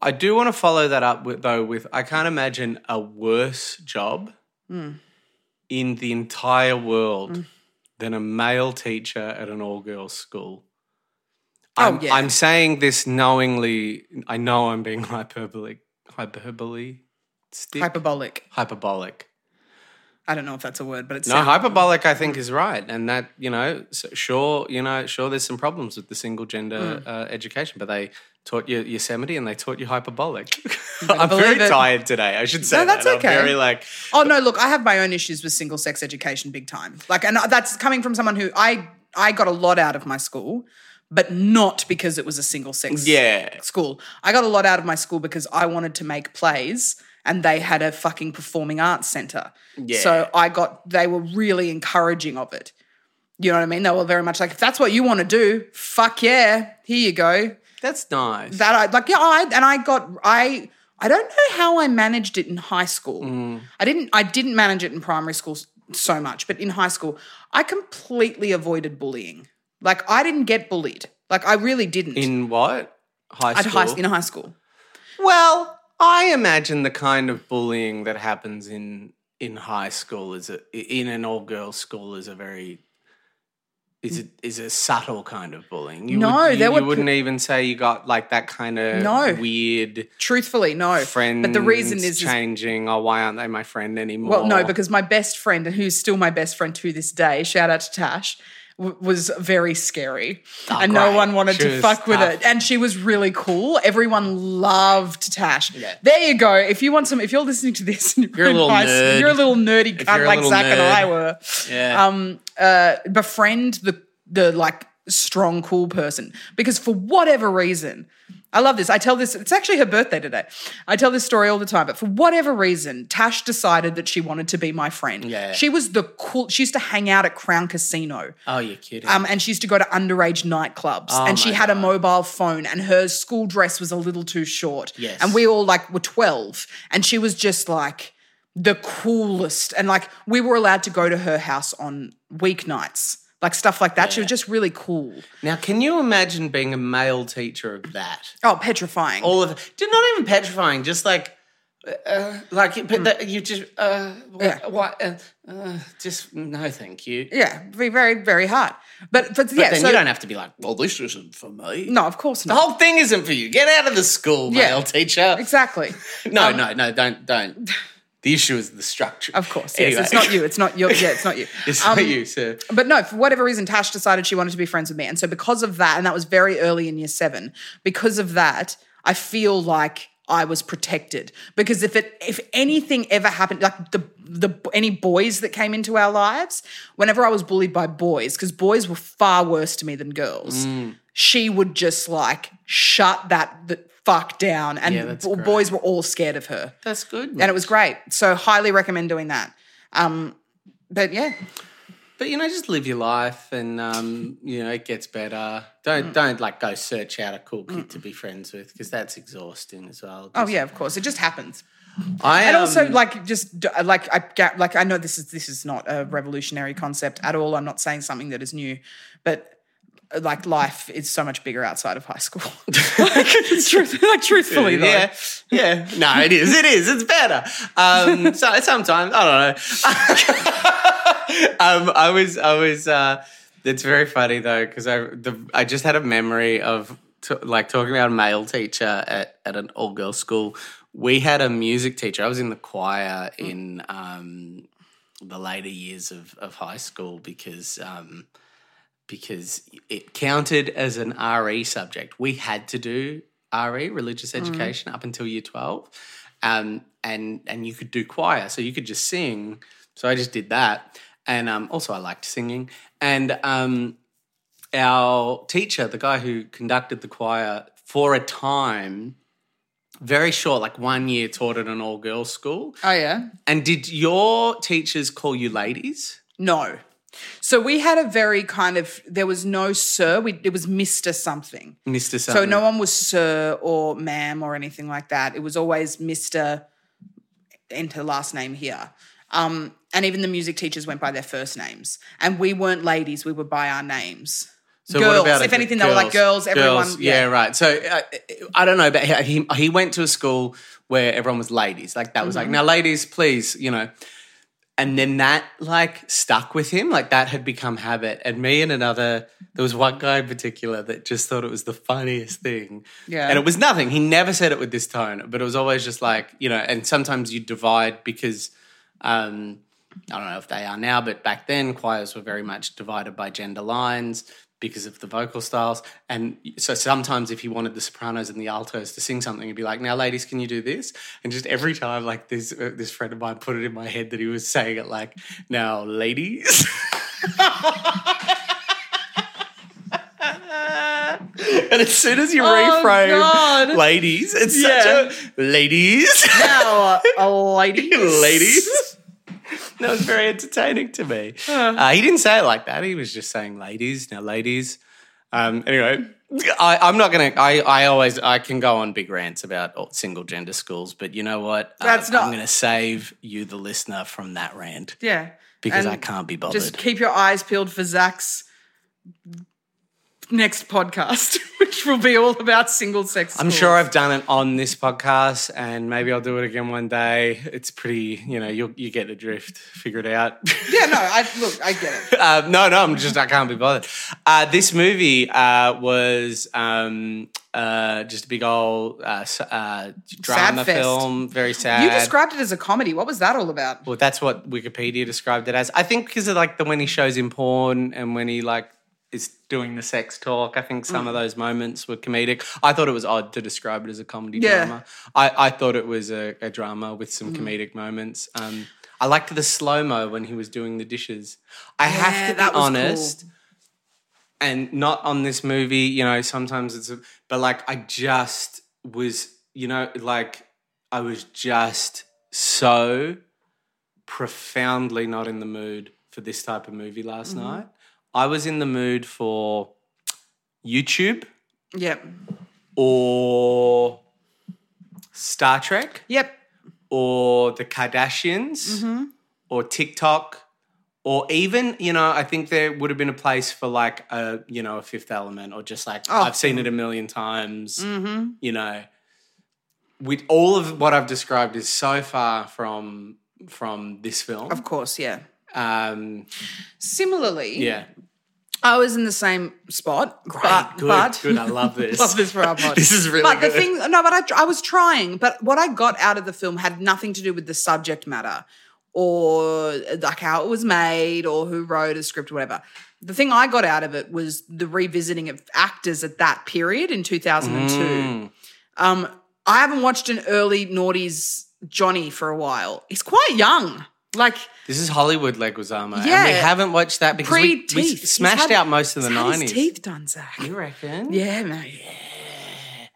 S1: I do want to follow that up with, though, with I can't imagine a worse job
S2: Mm.
S1: in the entire world than a male teacher at an all girls school.
S2: Oh,
S1: I'm,
S2: yeah.
S1: I'm saying this knowingly. I know I'm being hyperbolic, hyperbole, stick?
S2: Hyperbolic.
S1: hyperbolic.
S2: I don't know if that's a word, but it's
S1: No, hyperbolic, I think, is right, and that you know, s- sure, you know, sure, there's some problems with the single gender
S2: Hmm.
S1: uh, education, but they taught you Yosemite and they taught you hyperbolic. I'm very
S2: believe it.
S1: tired today. I should say
S2: No, that's
S1: that. I'm
S2: okay.
S1: very like
S2: Oh no, look, I have my own issues with single sex education big time. Like and that's coming from someone who I I got a lot out of my school, but not because it was a single sex
S1: Yeah.
S2: school. I got a lot out of my school because I wanted to make plays and they had a fucking performing arts center.
S1: Yeah.
S2: So I got they were really encouraging of it. You know what I mean? They were very much like if that's what you want to do, fuck yeah, here you go
S1: that's nice.
S2: that I like yeah I and I got I I don't know how I managed it in high school.
S1: Mm.
S2: I didn't I didn't manage it in primary school s- so much, but in high school I completely avoided bullying. Like I didn't get bullied. Like I really didn't.
S1: in what high
S2: I'd
S1: school?
S2: high, in high school.
S1: well, I imagine the kind of bullying that happens in in high school is a, in an all girls school is a very is it is a subtle kind of bullying. You
S2: No,
S1: would, you,
S2: there were
S1: you
S2: pe-
S1: wouldn't even say you got like that kind of
S2: No.
S1: weird
S2: Truthfully, no.
S1: friend.
S2: but the reason is, is
S1: changing. oh, why aren't they my friend anymore?
S2: Well, no, because my best friend, and who's still my best friend to this day, shout out to Tash, w- was very scary, and no
S1: Oh, great.
S2: one wanted
S1: She
S2: to
S1: was
S2: fuck with
S1: tough.
S2: it. And she was really cool. Everyone loved Tash. There you go. If you want some, if you're listening to this, and
S1: You're a
S2: in
S1: little
S2: high-
S1: nerd.
S2: You're a little nerdy cunt
S1: you're a
S2: like
S1: little
S2: Zach and
S1: nerd.
S2: I were.
S1: Yeah.
S2: Um, uh, befriend the the like strong cool person because for whatever reason I love this. I tell this, it's actually her birthday today. I tell this story all the time, but for whatever reason, Tash decided that she wanted to be my friend.
S1: Yeah.
S2: She was the cool, she used to hang out at Crown Casino.
S1: oh, you're kidding.
S2: Um, and she used to go to underage nightclubs, and she
S1: Oh my
S2: had a mobile phone, and her school dress was a little too short.
S1: Yes.
S2: and we all like were twelve, and she was just like the coolest, and like we were allowed to go to her house on weeknights, like stuff like that. She was just really cool.
S1: now, can you imagine being a male teacher of that?
S2: Oh, petrifying!
S1: all of just not even petrifying, just like uh, like, but that- you just, uh, wh-
S2: Mm. Yeah.
S1: what, uh, uh, just no, thank you.
S2: Yeah, be very, very hard. But, but,
S1: But
S2: yeah,
S1: then
S2: so,
S1: you don't have to be like, well, this isn't for me.
S2: no, of course
S1: The
S2: not.
S1: whole thing isn't for you. Get out of the school,
S2: Yeah.
S1: male teacher.
S2: Exactly. Um,
S1: No, no, no, don't, don't. The issue is the structure.
S2: Of course, yes. It's not you. It's not your. Yeah, it's not you.
S1: It's
S2: Um,
S1: not you, sir.
S2: But no, for whatever reason, Tash decided she wanted to be friends with me. And so, because of that, and that was very early in year seven, because of that, I feel like I was protected. Because if it, if anything ever happened, like the, the, any boys that came into our lives, whenever I was bullied by boys, because boys were far worse to me than girls,
S1: Mm.
S2: she would just like shut that, the fuck down. And
S1: Yeah, that's
S2: b-
S1: great.
S2: boys were all scared of her.
S1: That's good.
S2: And it was great. So, highly recommend doing that. Um, but yeah,
S1: But you know, just live your life, and um, you know it gets better. Don't
S2: Mm.
S1: don't like go search out a cool kid to be friends with because that's exhausting as well.
S2: oh
S1: Just-
S2: yeah, of course, it just happens.
S1: I
S2: and also
S1: um,
S2: like just d- like I ga- like I know this is this is not a revolutionary concept at all. I'm not saying something that is new, but uh, like life is so much bigger outside of high school. like, truth, like truthfully though.
S1: yeah, yeah. No, it is. It is. It's better. Um, so sometimes I don't know. um, I was. I was. Uh, it's very funny though because I. The, I just had a memory of t- like talking about a male teacher at at an all girls school. We had a music teacher. I was in the choir in um, the later years of of high school because. Um, because it counted as an RE subject. We had to do RE, religious
S2: Mm-hmm.
S1: education, up until year 12. Um, and, and you could do choir, so you could just sing. So I just did that. And um, also, I liked singing. And um, our teacher, the guy who conducted the choir for a time, very short, like one year, taught at an all girls school.
S2: Oh yeah.
S1: And did your teachers call you ladies?
S2: No. So we had a very kind of there was no sir. We it was Mister something.
S1: Mr.
S2: So
S1: Something?
S2: no one was sir or ma'am or anything like that. It was always Mr. Enter last name here. Um, and even the music teachers went by their first names. And we weren't ladies, we were by our names.
S1: So
S2: girls,
S1: what about
S2: if
S1: it-
S2: anything, they were like girls, everyone.
S1: yeah. right. So uh, I don't know, but he he went to a school where everyone was ladies. Like that was
S2: Mm-hmm.
S1: like now, ladies, please, you know. And then that like stuck with him. Like that had become habit. And me and another, there was one guy in particular that just thought it was the funniest thing.
S2: Yeah.
S1: And it was nothing. He never said it with this tone, but it was always just like you know. And sometimes you divide because. Um, I don't know if they are now, but back then choirs were very much divided by gender lines because of the vocal styles. And so sometimes if you wanted the sopranos and the altos to sing something, you'd be like, now ladies, can you do this? And just every time, like this, uh, this friend of mine put it in my head that he was saying it like, now ladies. and as soon as you reframe
S2: Oh, God.
S1: ladies, it's
S2: Yeah.
S1: such a ladies.
S2: Now, uh, ladies.
S1: ladies. That was very entertaining to me. Uh, he didn't say it like that. He was just saying ladies, now ladies. Um, anyway, I, I'm not going to, I I always, I can go on big rants about all- single gender schools, but you know what? Uh,
S2: That's not-
S1: I'm going to save you, the listener, from that rant
S2: Yeah.
S1: because
S2: And
S1: I can't be bothered.
S2: Just keep your eyes peeled for Zach's next podcast, which will be all about single sex.
S1: I'm
S2: schools.
S1: sure I've done it on this podcast, and maybe I'll do it again one day. It's pretty, you know, you you get the drift. Figure it out.
S2: Yeah, no, I look, I get it.
S1: Uh, no, no, I'm just I can't be bothered. Uh, this movie uh, was um, uh, just a big old uh, s- uh, drama
S2: Sad fest.
S1: film, very sad.
S2: You described it as a comedy. What was that all about?
S1: well, that's what Wikipedia described it as. I think because of like the when he shows him porn and when he like is doing the sex talk. I think
S2: Mm.
S1: some of those moments were comedic. I thought it was odd to describe it as a comedy
S2: Yeah. Mm.
S1: drama. I, I thought it was a, a drama with some comedic moments. Um, I liked the slow mo when he was doing the dishes. I have to be
S2: that was
S1: honest, and not on this movie. You know, sometimes it's, a, but like I just was, you know, like I was just so profoundly not in the mood for this type of movie last
S2: Mm-hmm.
S1: night. I was in the mood for YouTube
S2: Yep.
S1: or Star Trek
S2: Yep.
S1: or the Kardashians
S2: Mm-hmm.
S1: or TikTok or even, you know, I think there would have been a place for like a, you know, a
S2: Oh, Mm-hmm.
S1: fifth element or just like I've seen it a million times, you know. with all of what I've described is so far from from this film.
S2: Of course, yeah.
S1: Um,
S2: Similarly,
S1: yeah.
S2: I was in the same spot. Great, but,
S1: good,
S2: but,
S1: good. I love this.
S2: Love this for our pod.
S1: This is really
S2: But
S1: good.
S2: the thing, no, but I, tr- I was trying. But what I got out of the film had nothing to do with the subject matter or like how it was made or who wrote a script or whatever. The thing I got out of it was the revisiting of actors at that period in 2002.
S1: Mm.
S2: Um, I haven't watched an early noughties Johnny for a while. He's quite young. Like
S1: This is Hollywood Leguizamo, and
S2: Yeah.
S1: we haven't watched that because we-
S2: pre
S1: we,
S2: teeth.
S1: smashed out most of the
S2: His
S1: nineties.
S2: teeth done, Zach.
S1: You reckon?
S2: Yeah, no, yeah.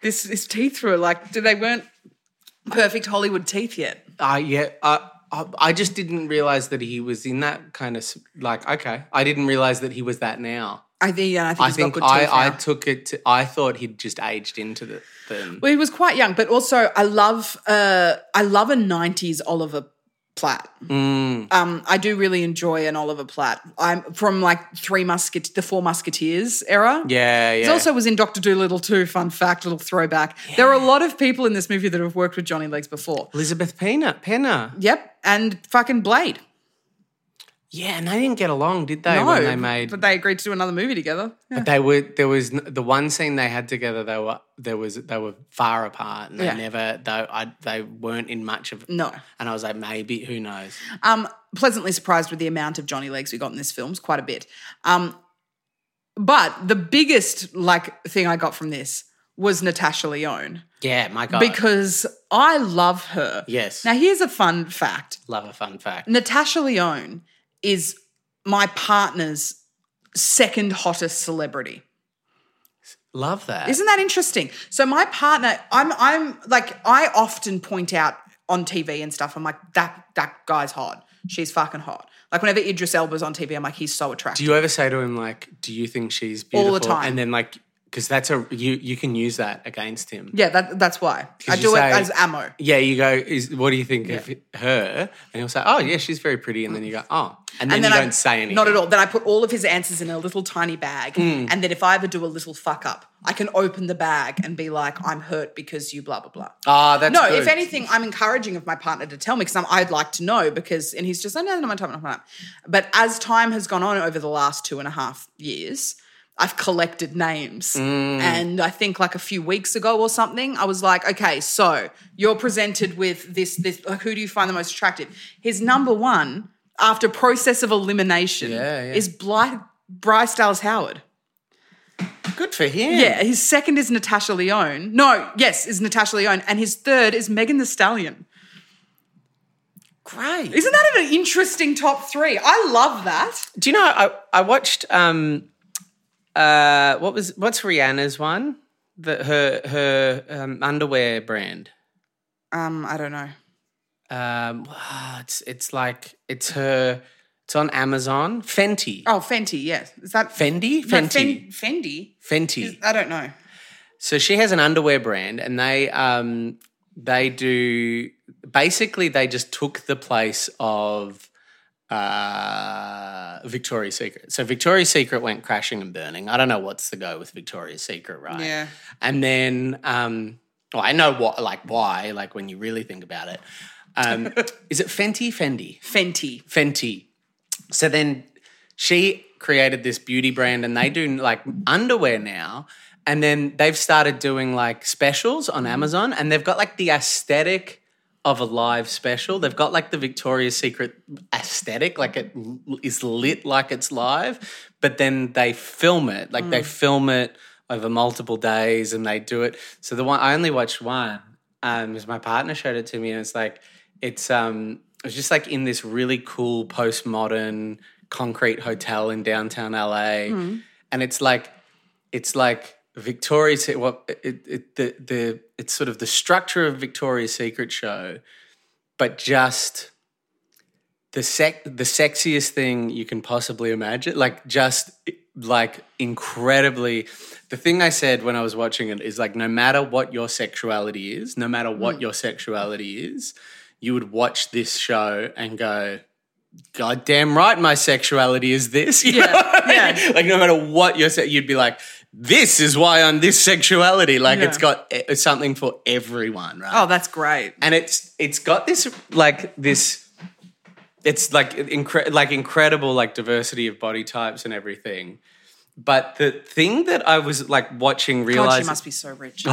S2: This his teeth were like do- they weren't perfect Hollywood teeth yet.
S1: Uh, yeah. I I, I just didn't realize that he was in that kind of s- like. Okay, I didn't realize that he was that now.
S2: I think yeah, I think
S1: I
S2: he's
S1: think
S2: got good teeth
S1: I, I
S2: now.
S1: took it. To, I thought he'd just aged into the. the
S2: well, he was quite young, but also I love uh I love a '90s Oliver Platt.
S1: Mm,
S2: Um, I do really enjoy an Oliver Platt. I'm from like Three Musket, the Four Musketeers era.
S1: yeah, yeah.
S2: He also was in Doctor Dolittle too. Fun fact, little throwback. There are a lot of people in this movie that have worked with Johnny Legs before.
S1: Elizabeth Pena. Penna.
S2: Yep, and fucking Blade.
S1: Yeah, and they didn't get along, did they? when they made.
S2: but they agreed to do another movie together. Yeah.
S1: But they were there was n- the one scene they had together. They were there was they were far apart, and they
S2: Yeah.
S1: never though I they weren't in much of.
S2: No.
S1: And I was like, maybe who knows?
S2: Um, pleasantly surprised with the amount of Johnny Legs we got in this film, it's quite a bit. Um, but the biggest like thing I got from this was Natasha Leone
S1: Yeah, my god.
S2: because I love her.
S1: Oh. yes,
S2: Now here's a fun fact:
S1: love a fun fact.
S2: Natasha Leone is my partner's second hottest celebrity.
S1: Love that.
S2: Isn't that interesting? So my partner, I'm I'm like I often point out on TV and stuff. I'm like that that guy's hot. She's fucking hot. Like whenever Idris Elba's on TV, I'm like he's so attractive.
S1: do you ever say to him like, "Do you think she's
S2: All
S1: beautiful?"
S2: the time.
S1: and then like, because that's a you you can use that against him.
S2: yeah, that, that's why I
S1: you
S2: do it
S1: say-
S2: as ammo.
S1: Yeah, you go. Is what do you think of her? And he'll say, "Oh, yeah, she's very pretty." And then you go, "Oh," and then, you
S2: I-
S1: don't say anything. Hmm.
S2: Not at all. Then I put all of his answers in a little tiny bag, and then if I ever do a little fuck up, I can open the bag and be like, "I'm hurt because you blah blah blah."
S1: Ah, that's
S2: no,
S1: good.
S2: if anything, I'm encouraging of my partner to tell me because I'd like to know because, and he's just, oh, no, no, my time, no, my time. But as time has gone on over the last two and a half years, I've collected names.
S1: Mm.
S2: And I think like a few weeks ago or something, I was like, okay, so you're presented with this, this, like, who do you find the most attractive? His number one, after process of elimination,
S1: Yeah, yeah.
S2: is Bly, Bryce Dallas Howard.
S1: Good for him.
S2: Yeah, his second is Natasha Leone. No, yes, is Natasha Leone, and his third is Megan the Stallion.
S1: great.
S2: Isn't that an interesting top three? I love that.
S1: Do you know I, I watched um uh what was what's Rihanna's one? The her her um, underwear brand.
S2: Um, I don't know.
S1: Um ah, it's it's like it's her it's on Amazon. Fenty.
S2: Oh, Fenty. Yes, is that
S1: Fendi?
S2: No, Fen-
S1: Fenty.
S2: Fendi.
S1: Fenty.
S2: I don't know.
S1: So she has an underwear brand and they um they do basically they just took the place of uh Victoria's Secret. So Victoria's Secret went crashing and burning. I don't know what's the go with Victoria's Secret, right?
S2: Yeah.
S1: And then, um, well, I know what, like, why, like, when you really think about it. Um, is it Fenty? Fendi.
S2: Fenty.
S1: Fenty. So then she created this beauty brand and they do like underwear now. And then they've started doing like specials on Amazon and they've got like the aesthetic of a live special. They've got like the Victoria's Secret aesthetic, like it l- is lit like it's live, but then they film it. Like they film it over multiple days and they do it. So the one I only watched one um, because my partner showed it to me, and it's like it's um, it's just like in this really cool postmodern concrete hotel in downtown LA, and it's like it's like Victoria's Se- what it, it the the it's sort of the structure of Victoria's Secret show, but just the sec the sexiest thing you can possibly imagine like just like incredibly the thing i said when i was watching it is like no matter what your sexuality is no matter
S2: Hmm.
S1: what your sexuality is you would watch this show and go god damn right my sexuality is this You know what I mean?
S2: yeah.
S1: like no matter what you're se- you'd be like this is why I'm this sexuality. Like
S2: Yeah.
S1: it's got e- something for everyone, right?
S2: Oh, that's great.
S1: and it's it's got this like this it's like incre- like incredible like diversity of body types and everything but the thing that i was like watching
S2: God, she
S1: realized
S2: must be so rich.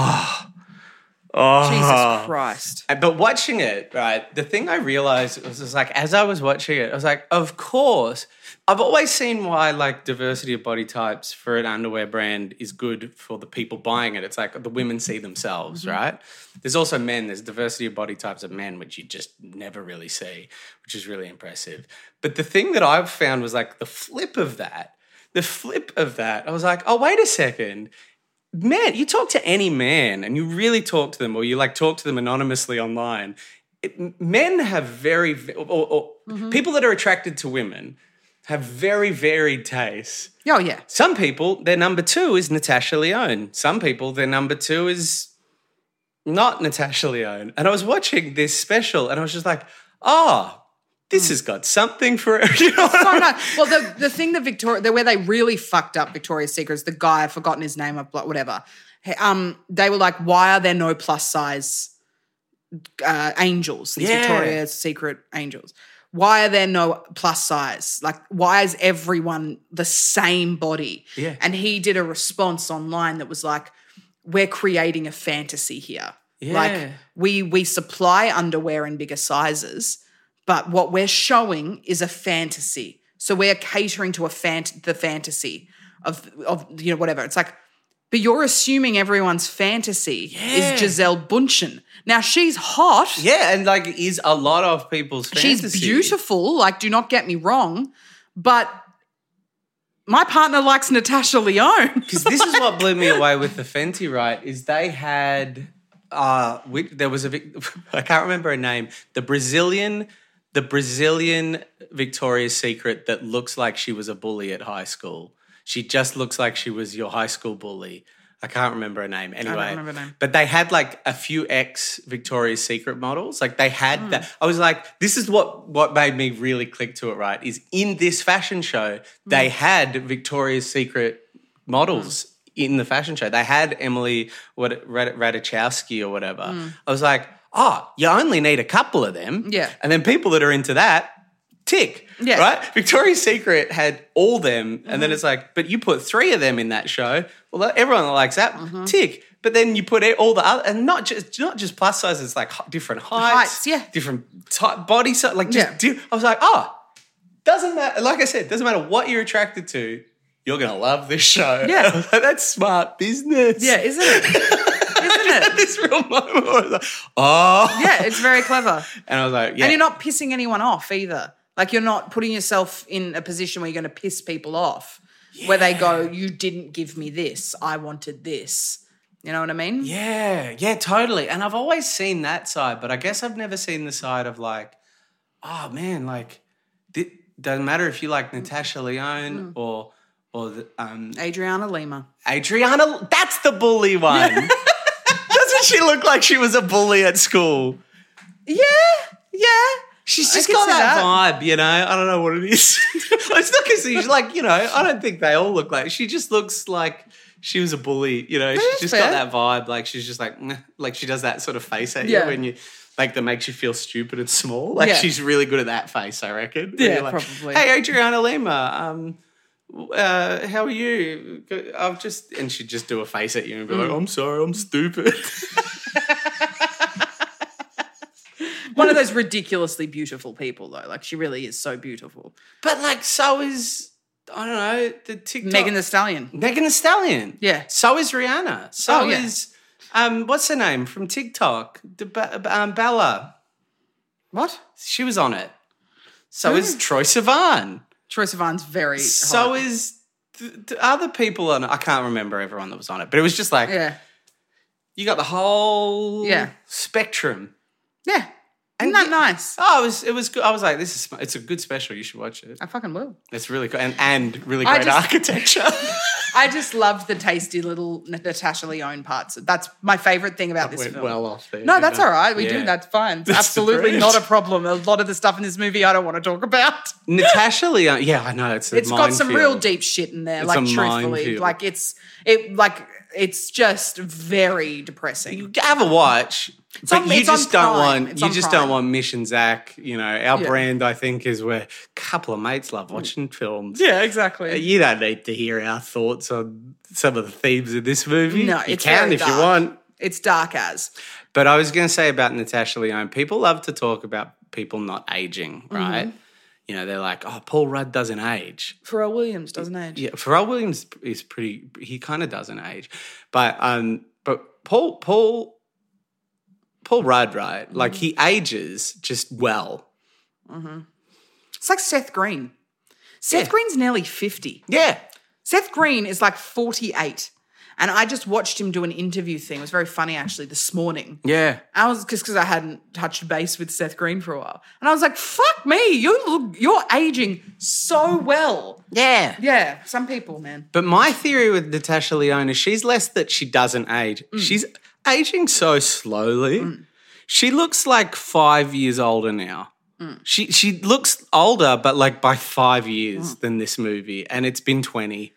S2: Jesus Christ.
S1: Uh, but watching it right the thing i realized was just like as i was watching it i was like of course i've always seen why like diversity of body types for an underwear brand is good for the people buying it it's like the women see themselves right there's also men there's diversity of body types of men which you just never really see which is really impressive but the thing that i've found was like the flip of that the flip of that i was like oh wait a second man, you talk to any man and you really talk to them or you like talk to them anonymously online. It, men have very, v- or, or
S2: Mm-hmm.
S1: people that are attracted to women have very varied tastes.
S2: Oh, yeah.
S1: Some people, their number two is Natasha Leone. Some people, their number two is not Natasha Leone. And I was watching this special and I was just like, oh, this
S2: Hmm.
S1: has got something for you know?
S2: Oh, no. Well, the, the thing that Victoria, the, where they really fucked up Victoria's Secret is the guy, I've forgotten his name, I've blo- whatever. He- Um, they were like, why are there no plus size uh, angels? These
S1: Yeah.
S2: Victoria's Secret angels. Why are there no plus size? Like, why is everyone the same body?
S1: Yeah.
S2: And he did a response online that was like, we're creating a fantasy here.
S1: Yeah.
S2: Like we we supply underwear in bigger sizes, but what we're showing is a fantasy. So we're catering to a fant- the fantasy of of you know whatever. It's like, but you're assuming everyone's fantasy
S1: Yeah.
S2: is Giselle Bundchen. Now she's hot.
S1: Yeah, and like is a lot of people's
S2: She's
S1: fantasy.
S2: beautiful. Like, do not get me wrong, but my partner likes Natasha Leone.
S1: Because this is what blew me away with the Fenty, right? Is they had uh we, there was a Vic- I can't remember her name, the Brazilian the Brazilian Victoria's Secret that looks like she was a bully at high school. She just looks like she was your high school bully. I can't remember her name. Anyway,
S2: remember her name.
S1: but they had like a few ex Victoria's Secret models. Like they had that. I was like, this is what what made me really click to it. Right, is in this fashion show they had Victoria's Secret models. In the fashion show, they had Emily what Rad- Ratajkowski or whatever. I was like, oh, you only need a couple of them,
S2: Yeah.
S1: And then people that are into that, tick,
S2: Yeah.
S1: right? Victoria's Secret had all them, and
S2: Mm-hmm.
S1: then it's like, but you put three of them in that show. Well, everyone likes that,
S2: Mm-hmm.
S1: tick. But then you put all the other, and not just not just plus sizes, it's like h- different heights,
S2: Heights, yeah.
S1: different type body size, like just.
S2: Yeah.
S1: Di- I was like, oh, doesn't matter. Like I said, doesn't matter what you're attracted to. You're gonna love this show.
S2: Yeah.
S1: that's smart business.
S2: yeah, isn't it? Isn't it?
S1: this real moment. where I was like, oh,
S2: Yeah, it's very clever.
S1: And I was like, yeah,
S2: And you're not pissing anyone off either. Like you're not putting yourself in a position where you're going to piss people off, where they go, "You didn't give me this. I wanted this." You know what I mean?
S1: Yeah, yeah, totally. And I've always seen that side, but I guess I've never seen the side of like, oh man, like, it doesn't matter if you like Natasha Leone or or the, um,
S2: Adriana Lima.
S1: Adriana. That's the bully one. doesn't she look like she was a bully at school?
S2: Yeah, yeah.
S1: She's
S2: I
S1: just
S2: can
S1: got
S2: see
S1: that, vibe, you know. I don't know what it is. it's not because she's like, you know, I don't think they all look like. She just looks like she was a bully, you know. She's
S2: is
S1: just
S2: fair.
S1: got that vibe, like she's just like, "Meh," like she does that sort of face at
S2: Yeah.
S1: you when you, like, that makes you feel stupid and small. Like
S2: Yeah.
S1: she's really good at that face, I reckon.
S2: Yeah,
S1: You're like,
S2: probably.
S1: Hey, Adriana Lima. Um, uh, how are you? I've just and she'd just do a face at you and be like, "I'm sorry, I'm stupid."
S2: One of those ridiculously beautiful people, though. Like she really is so beautiful.
S1: but like, so is I don't know the TikTok.
S2: Megan the Stallion.
S1: Megan Thee Stallion.
S2: Yeah.
S1: So is Rihanna. So
S2: Oh, yeah.
S1: is um, what's her name from TikTok? The Ba- um, Bella.
S2: What?
S1: She was on it. So is Troy Sivan.
S2: Troye Sivan's very.
S1: Mm. So
S2: hot.
S1: is th- th- other people on it. I can't remember everyone that was on it, but it was just like
S2: yeah,
S1: you got the whole
S2: Yeah.
S1: spectrum.
S2: yeah. Isn't that nice?
S1: Oh, it was it was good. I was like, this is it's a good special. You should watch it.
S2: I fucking will.
S1: It's really good and, and really
S2: I
S1: great
S2: just-
S1: architecture.
S2: I just loved the tasty little Natasha Leone parts. That's my favorite thing about this
S1: Went
S2: film.
S1: well off there.
S2: no,
S1: didn't
S2: that's
S1: I?
S2: all right. We
S1: Yeah.
S2: do. That's fine. It's
S1: That's
S2: absolutely
S1: brilliant.
S2: not a problem. A lot of the stuff in this movie I don't want to talk about.
S1: Natasha Leon. Yeah, I know. It's a
S2: It's got some real
S1: minefield.
S2: deep shit in there,
S1: It's
S2: like
S1: a
S2: truthfully.
S1: minefield.
S2: Like it's it like it's just very depressing.
S1: You have a watch, but
S2: on-
S1: you
S2: it's on
S1: just don't
S2: Prime.
S1: want
S2: It's
S1: you
S2: on
S1: just
S2: Prime.
S1: don't want Mission Zach. You know, our
S2: Yeah. Mm.
S1: brand I think is where a couple of mates love watching films.
S2: Yeah, exactly.
S1: You don't need to hear our thoughts on some of the themes of this movie.
S2: No,
S1: you
S2: it's
S1: can
S2: very
S1: if you
S2: dark.
S1: want.
S2: It's dark as.
S1: But I was going to say about Natasha Leone, people love to talk about people not aging,
S2: Mm-hmm.
S1: right? You know, they're like, oh, Paul Rudd doesn't age.
S2: Pharrell Williams doesn't age.
S1: Yeah, Pharrell Williams is pretty. He kind of doesn't age, but um, but Paul Paul Paul Rudd, right? Like he
S2: Mm.
S1: ages just well.
S2: It's like Seth Green. Seth
S1: Yeah.
S2: Green's nearly 50.
S1: Yeah,
S2: Seth Green is like 48. And I just watched him do an interview thing. It was very funny actually this morning.
S1: yeah.
S2: I was just because I hadn't touched base with Seth Green for a while. And I was like, fuck me, you look you're aging so well.
S1: Yeah.
S2: Yeah, some people, man.
S1: But my theory with Natasha Leone is she's less that she doesn't age.
S2: Mm.
S1: She's aging so slowly. She looks like five years older now.
S2: Mm.
S1: She she looks older, but like by five
S2: Mm.
S1: years than this movie, and it's been twenty.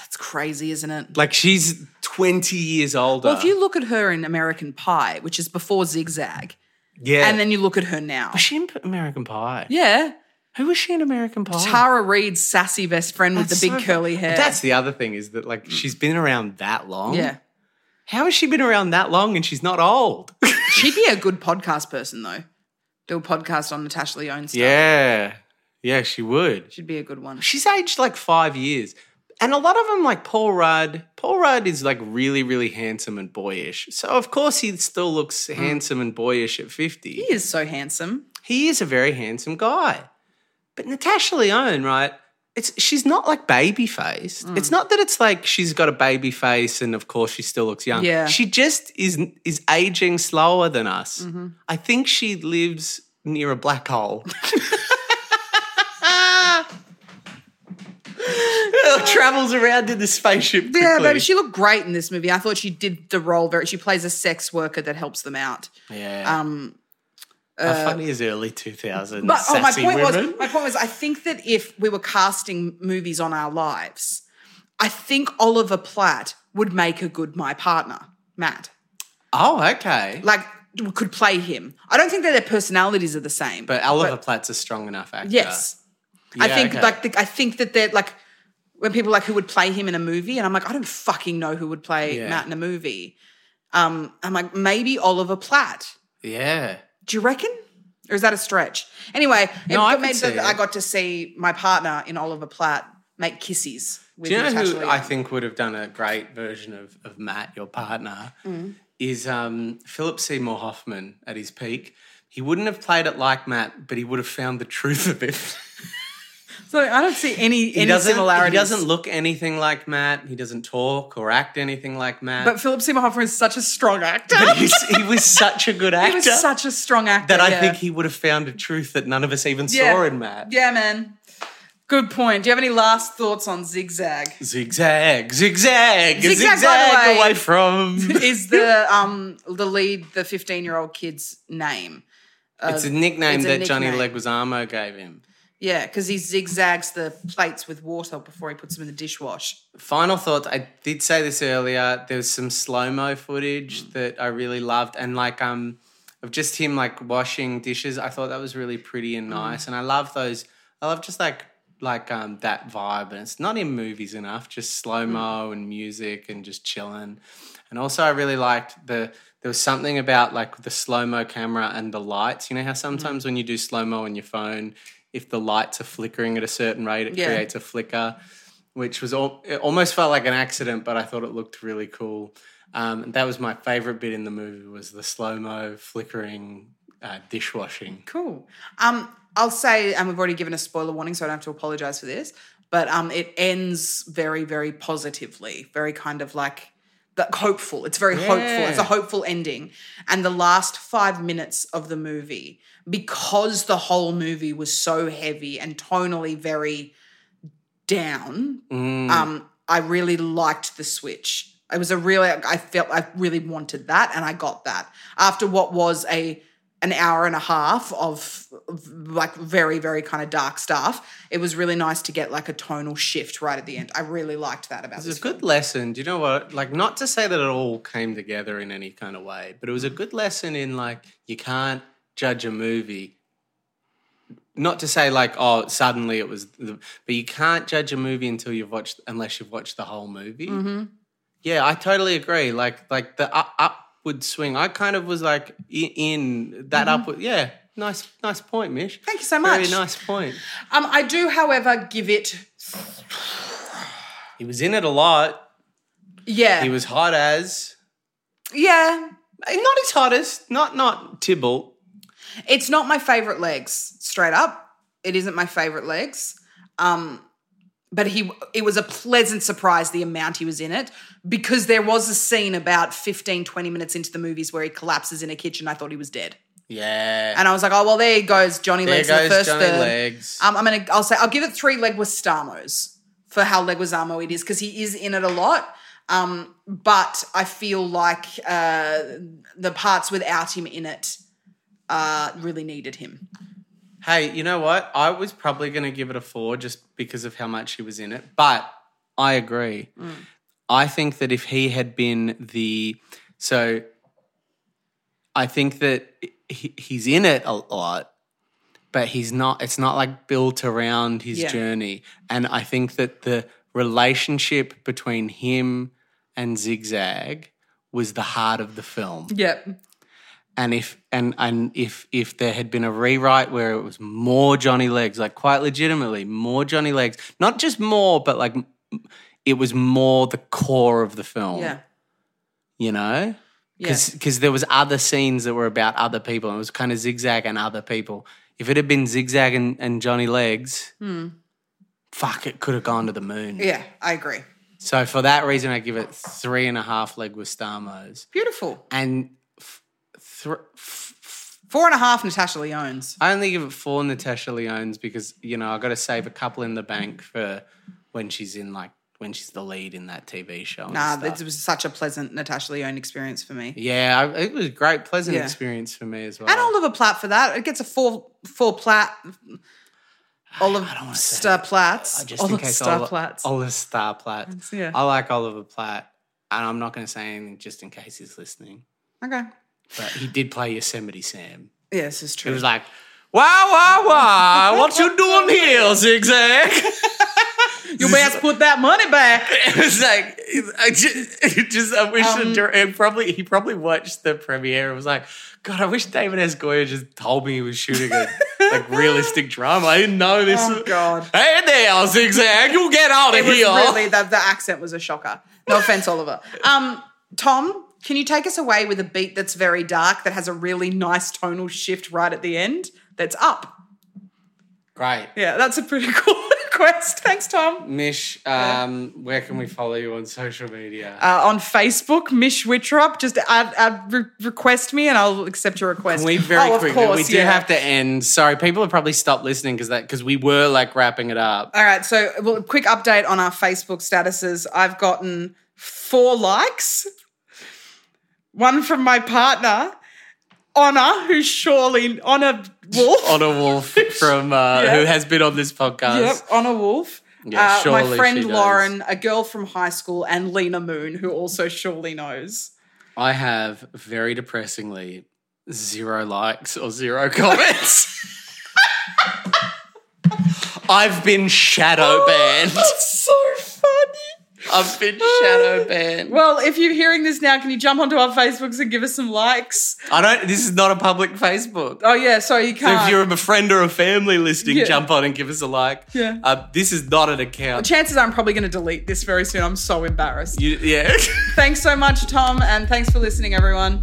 S2: That's crazy, isn't it?
S1: Like she's twenty years older.
S2: Well, if you look at her in American Pie, which is before Zigzag,
S1: yeah,
S2: and then you look at her now.
S1: was she in American Pie?
S2: Yeah.
S1: Who was she in American Pie?
S2: Tara Reid's sassy best friend with
S1: Oh. That's
S2: the big
S1: so-
S2: curly hair. Mm.
S1: That's the other thing is that like she's been around that long.
S2: yeah.
S1: How has she been around that long and she's not old?
S2: She'd be a good podcast person though. Do a podcast on Natasha Leone stuff.
S1: yeah, yeah, she would.
S2: She'd be a good one.
S1: She's aged like five years. And a lot of them, like Paul Rudd, Paul Rudd is like really, really handsome and boyish. So, of course, he still looks
S2: Mm.
S1: handsome and boyish at 50.
S2: He is so handsome.
S1: He is a very handsome guy. But Natasha Leone, right? It's she's not like baby faced.
S2: Mm.
S1: It's not that it's like she's got a baby face and of course she still looks young.
S2: Yeah.
S1: She just is is aging slower than us.
S2: Mm-hmm.
S1: I think she lives near a black hole. Travels around in the spaceship.
S2: Yeah,
S1: quickly.
S2: baby, she looked great in this movie. I thought she did the role very. She plays a sex worker that helps them out.
S1: Yeah.
S2: Um, uh,
S1: How funny is early two thousands.
S2: but oh, my point
S1: women.
S2: was, my point was, I think that if we were casting movies on our lives, I think Oliver Platt would make a good my partner, Matt.
S1: Oh, okay.
S2: Like, could play him. I don't think that their personalities are the same.
S1: But Oliver Platt's a strong enough actor.
S2: yes, I
S1: Yeah,
S2: think
S1: okay.
S2: like the, I think that they're like when people like who would play him in a movie, and I'm like, I don't fucking know who would play
S1: Yeah.
S2: Matt in a movie. Um, I'm like maybe Oliver Platt.
S1: Yeah.
S2: Do you reckon? Or is that a stretch? Anyway,
S1: No, I
S2: it
S1: could
S2: meant
S1: see
S2: that
S1: it.
S2: I got to see my partner in Oliver Platt make kisses with
S1: Do you know
S2: Natasha
S1: who
S2: Leone.
S1: I think would have done a great version of, of Matt, your partner,
S2: Mm.
S1: is um, Philip Seymour Hoffman at his peak. He wouldn't have played it like Matt, but he would have found the truth of it.
S2: So I don't see any
S1: he
S2: any
S1: doesn't.
S2: similarities.
S1: He doesn't look anything like Matt. He doesn't talk or act anything like Matt.
S2: But Philip Seymour Hoffman is such a strong actor.
S1: But he's, he was such a good actor
S2: he was such a strong actor
S1: that I
S2: yeah.
S1: think he would have found a truth that none of us even
S2: Yeah.
S1: saw in Matt.
S2: Yeah, man. Good point. Do you have any last thoughts on Zigzag?
S1: Zigzag, zigzag,
S2: Zigzag,
S1: zigzag,
S2: by the way.
S1: away from.
S2: is the um the lead the 15 year old kid's name
S1: it's a nickname
S2: it's a
S1: that Johnny
S2: nickname.
S1: Leguizamo gave him.
S2: yeah because he zigzags the plates with water before he puts them in the dishwash
S1: Final thoughts. I did say this earlier. There was some slow mo footage that I really loved, and like um, of just him like washing dishes. I thought that was really pretty and nice, and I love those. I love just like like um that vibe, and it's not in movies enough. Just slow mo and music and just chilling. And also, I really liked the there was something about like the slow mo camera and the lights. You know how sometimes when you do slow mo on your phone, if the lights are flickering at a certain rate, it
S2: Yeah.
S1: creates a flicker, which was all, it almost felt like an accident, but I thought it looked really cool. Um, and that was my favorite bit in the movie was the slow mo flickering uh, dishwashing.
S2: cool um i'll say and we've already given a spoiler warning so i don't have to apologize for this but um it ends very very positively very kind of like the hopeful. It's very hopeful. It's a hopeful ending. And the last five minutes of the movie, because the whole movie was so heavy and tonally very down,
S1: Mm.
S2: um, I really liked the switch. It was a really I felt I really wanted that and I got that. After what was a an hour and a half of of, like very very kind of dark stuff, it was really nice to get like a tonal shift right at the end. I really liked that about
S1: It's
S2: this
S1: a good lesson. Do you know what? Like, not to say that it all came together in any kind of way, but it was
S2: Mm.
S1: a good lesson in like you can't judge a movie. Not to say like oh suddenly it was, the, but you can't judge a movie until you've watched unless you've watched the whole movie.
S2: Mm-hmm.
S1: Yeah, I totally agree. Like like the up, upward swing. I kind of was like i- in that upward. Yeah, nice nice point, Mish.
S2: Mm-hmm. Thank you so much.
S1: Very nice point.
S2: Um, I do, however, give it.
S1: He was in it a lot.
S2: Yeah.
S1: He was hot as.
S2: Yeah.
S1: Not his hottest. Not not Tybalt.
S2: It's not my favorite legs, straight up. It isn't my favorite legs. Um, but he it was a pleasant surprise the amount he was in it because there was a scene about 15 20 minutes into the movies where he collapses in a kitchen I thought he was dead.
S1: Yeah.
S2: And I was like, "Oh, well there goes Johnny
S1: there
S2: Legs in
S1: goes
S2: the first
S1: Johnny
S2: third.
S1: Legs.
S2: Um, I'm gonna. I'll say I'll give it three Leguistamos for how Leguizamo it is because he is in it a lot. Um, but I feel like uh, the parts without him in it uh, really needed him.
S1: hey, you know what? I was probably going to give it a four just because of how much he was in it, but I agree. I think that if he had been the so, I think that he, he's in it a lot, but he's not. It's not like built around his
S2: Yeah.
S1: journey, and I think that the relationship between him and Zigzag was the heart of the film.
S2: Yep.
S1: and if and and if if there had been a rewrite where it was more Johnny Legs, like quite legitimately more Johnny Legs, not just more, but like m- it was more the core of the film.
S2: Yeah.
S1: you know,
S2: Yeah.
S1: because there was other scenes that were about other people. It was kind of zigzag and other people. If it had been zigzag and, and Johnny Legs, fuck, it could have gone to the moon.
S2: Hmm. Yeah. I agree.
S1: So for that reason, I give it three and a half Leguistamos
S2: Beautiful.
S1: and. F- th- f-
S2: Four and a half. Natasha Leone's.
S1: I only give it four Natasha Leone's because you know I got to save a couple in the bank for when she's in like when she's the lead in that TV show. and
S2: Nah,
S1: stuff.
S2: it was such a pleasant Natasha Leone experience for me.
S1: yeah, I, it was a great, pleasant
S2: Yeah.
S1: experience for me as well.
S2: And Oliver Platt for that. It gets a four four Platt. Oliver
S1: I don't wanna say
S2: Star
S1: it.
S2: Platts.
S1: just in
S2: Oliver
S1: case
S2: Star
S1: Oli-
S2: Platts.
S1: Oliver Star Platt.
S2: Yeah.
S1: I like Oliver Platt, and I'm not going to say anything just in case he's listening.
S2: Okay.
S1: But he did play Yosemite Sam.
S2: Yeah, this is true.
S1: It was like, wow, wow, wow! What you doing here, Zigzag?
S2: You best put that money back.
S1: It was like I just, it just I wish
S2: Um,
S1: the dir- it probably he probably watched the premiere and was like, God, I wish David S. Goyer just told me he was shooting a like realistic drama. I didn't know this.
S2: Oh, God.
S1: Hey there, zigzag, you get out
S2: It
S1: of
S2: was
S1: here.
S2: really the, the accent was a shocker. No offense, Oliver. Um, Tom, can you take us away with a beat that's very dark that has a really nice tonal shift right at the end? That's up.
S1: Great.
S2: Yeah, that's a pretty cool request. Thanks, Tom.
S1: Mish, um, where can we follow you on social media?
S2: Uh, on Facebook, Mish Wittrup, just add, add, re- request me and I'll accept your request.
S1: we very
S2: oh, of
S1: quickly
S2: course,
S1: we do
S2: yeah.
S1: have to end. Sorry, people have probably stopped listening because that because we were like wrapping it up.
S2: All right, so well, quick update on our Facebook statuses. I've gotten four likes, one from my partner, Honor, who's surely Honor Wolf.
S1: Honor Wolf from uh, who has been on this podcast.
S2: Yep, Honor Wolf.
S1: Yeah,
S2: uh, my
S1: surely she
S2: friend
S1: does.
S2: Lauren, a girl from high school, and Lena Moon, who also surely knows.
S1: I have very depressingly zero likes or zero comments. I've been shadow banned.
S2: so funny.
S1: I've been shadow banned.
S2: Well, if you're hearing this now, can you jump onto our Facebooks and give us some likes?
S1: I don't. This is not a public Facebook.
S2: Oh yeah, sorry you
S1: So
S2: can't.
S1: if you're a friend or a family listening,
S2: Yeah.
S1: jump on and give us a like.
S2: Yeah.
S1: Uh, this is not an account.
S2: Chances are I'm probably going to delete this very soon. I'm so embarrassed.
S1: You- yeah.
S2: Thanks so much, Tom, and thanks for listening, everyone.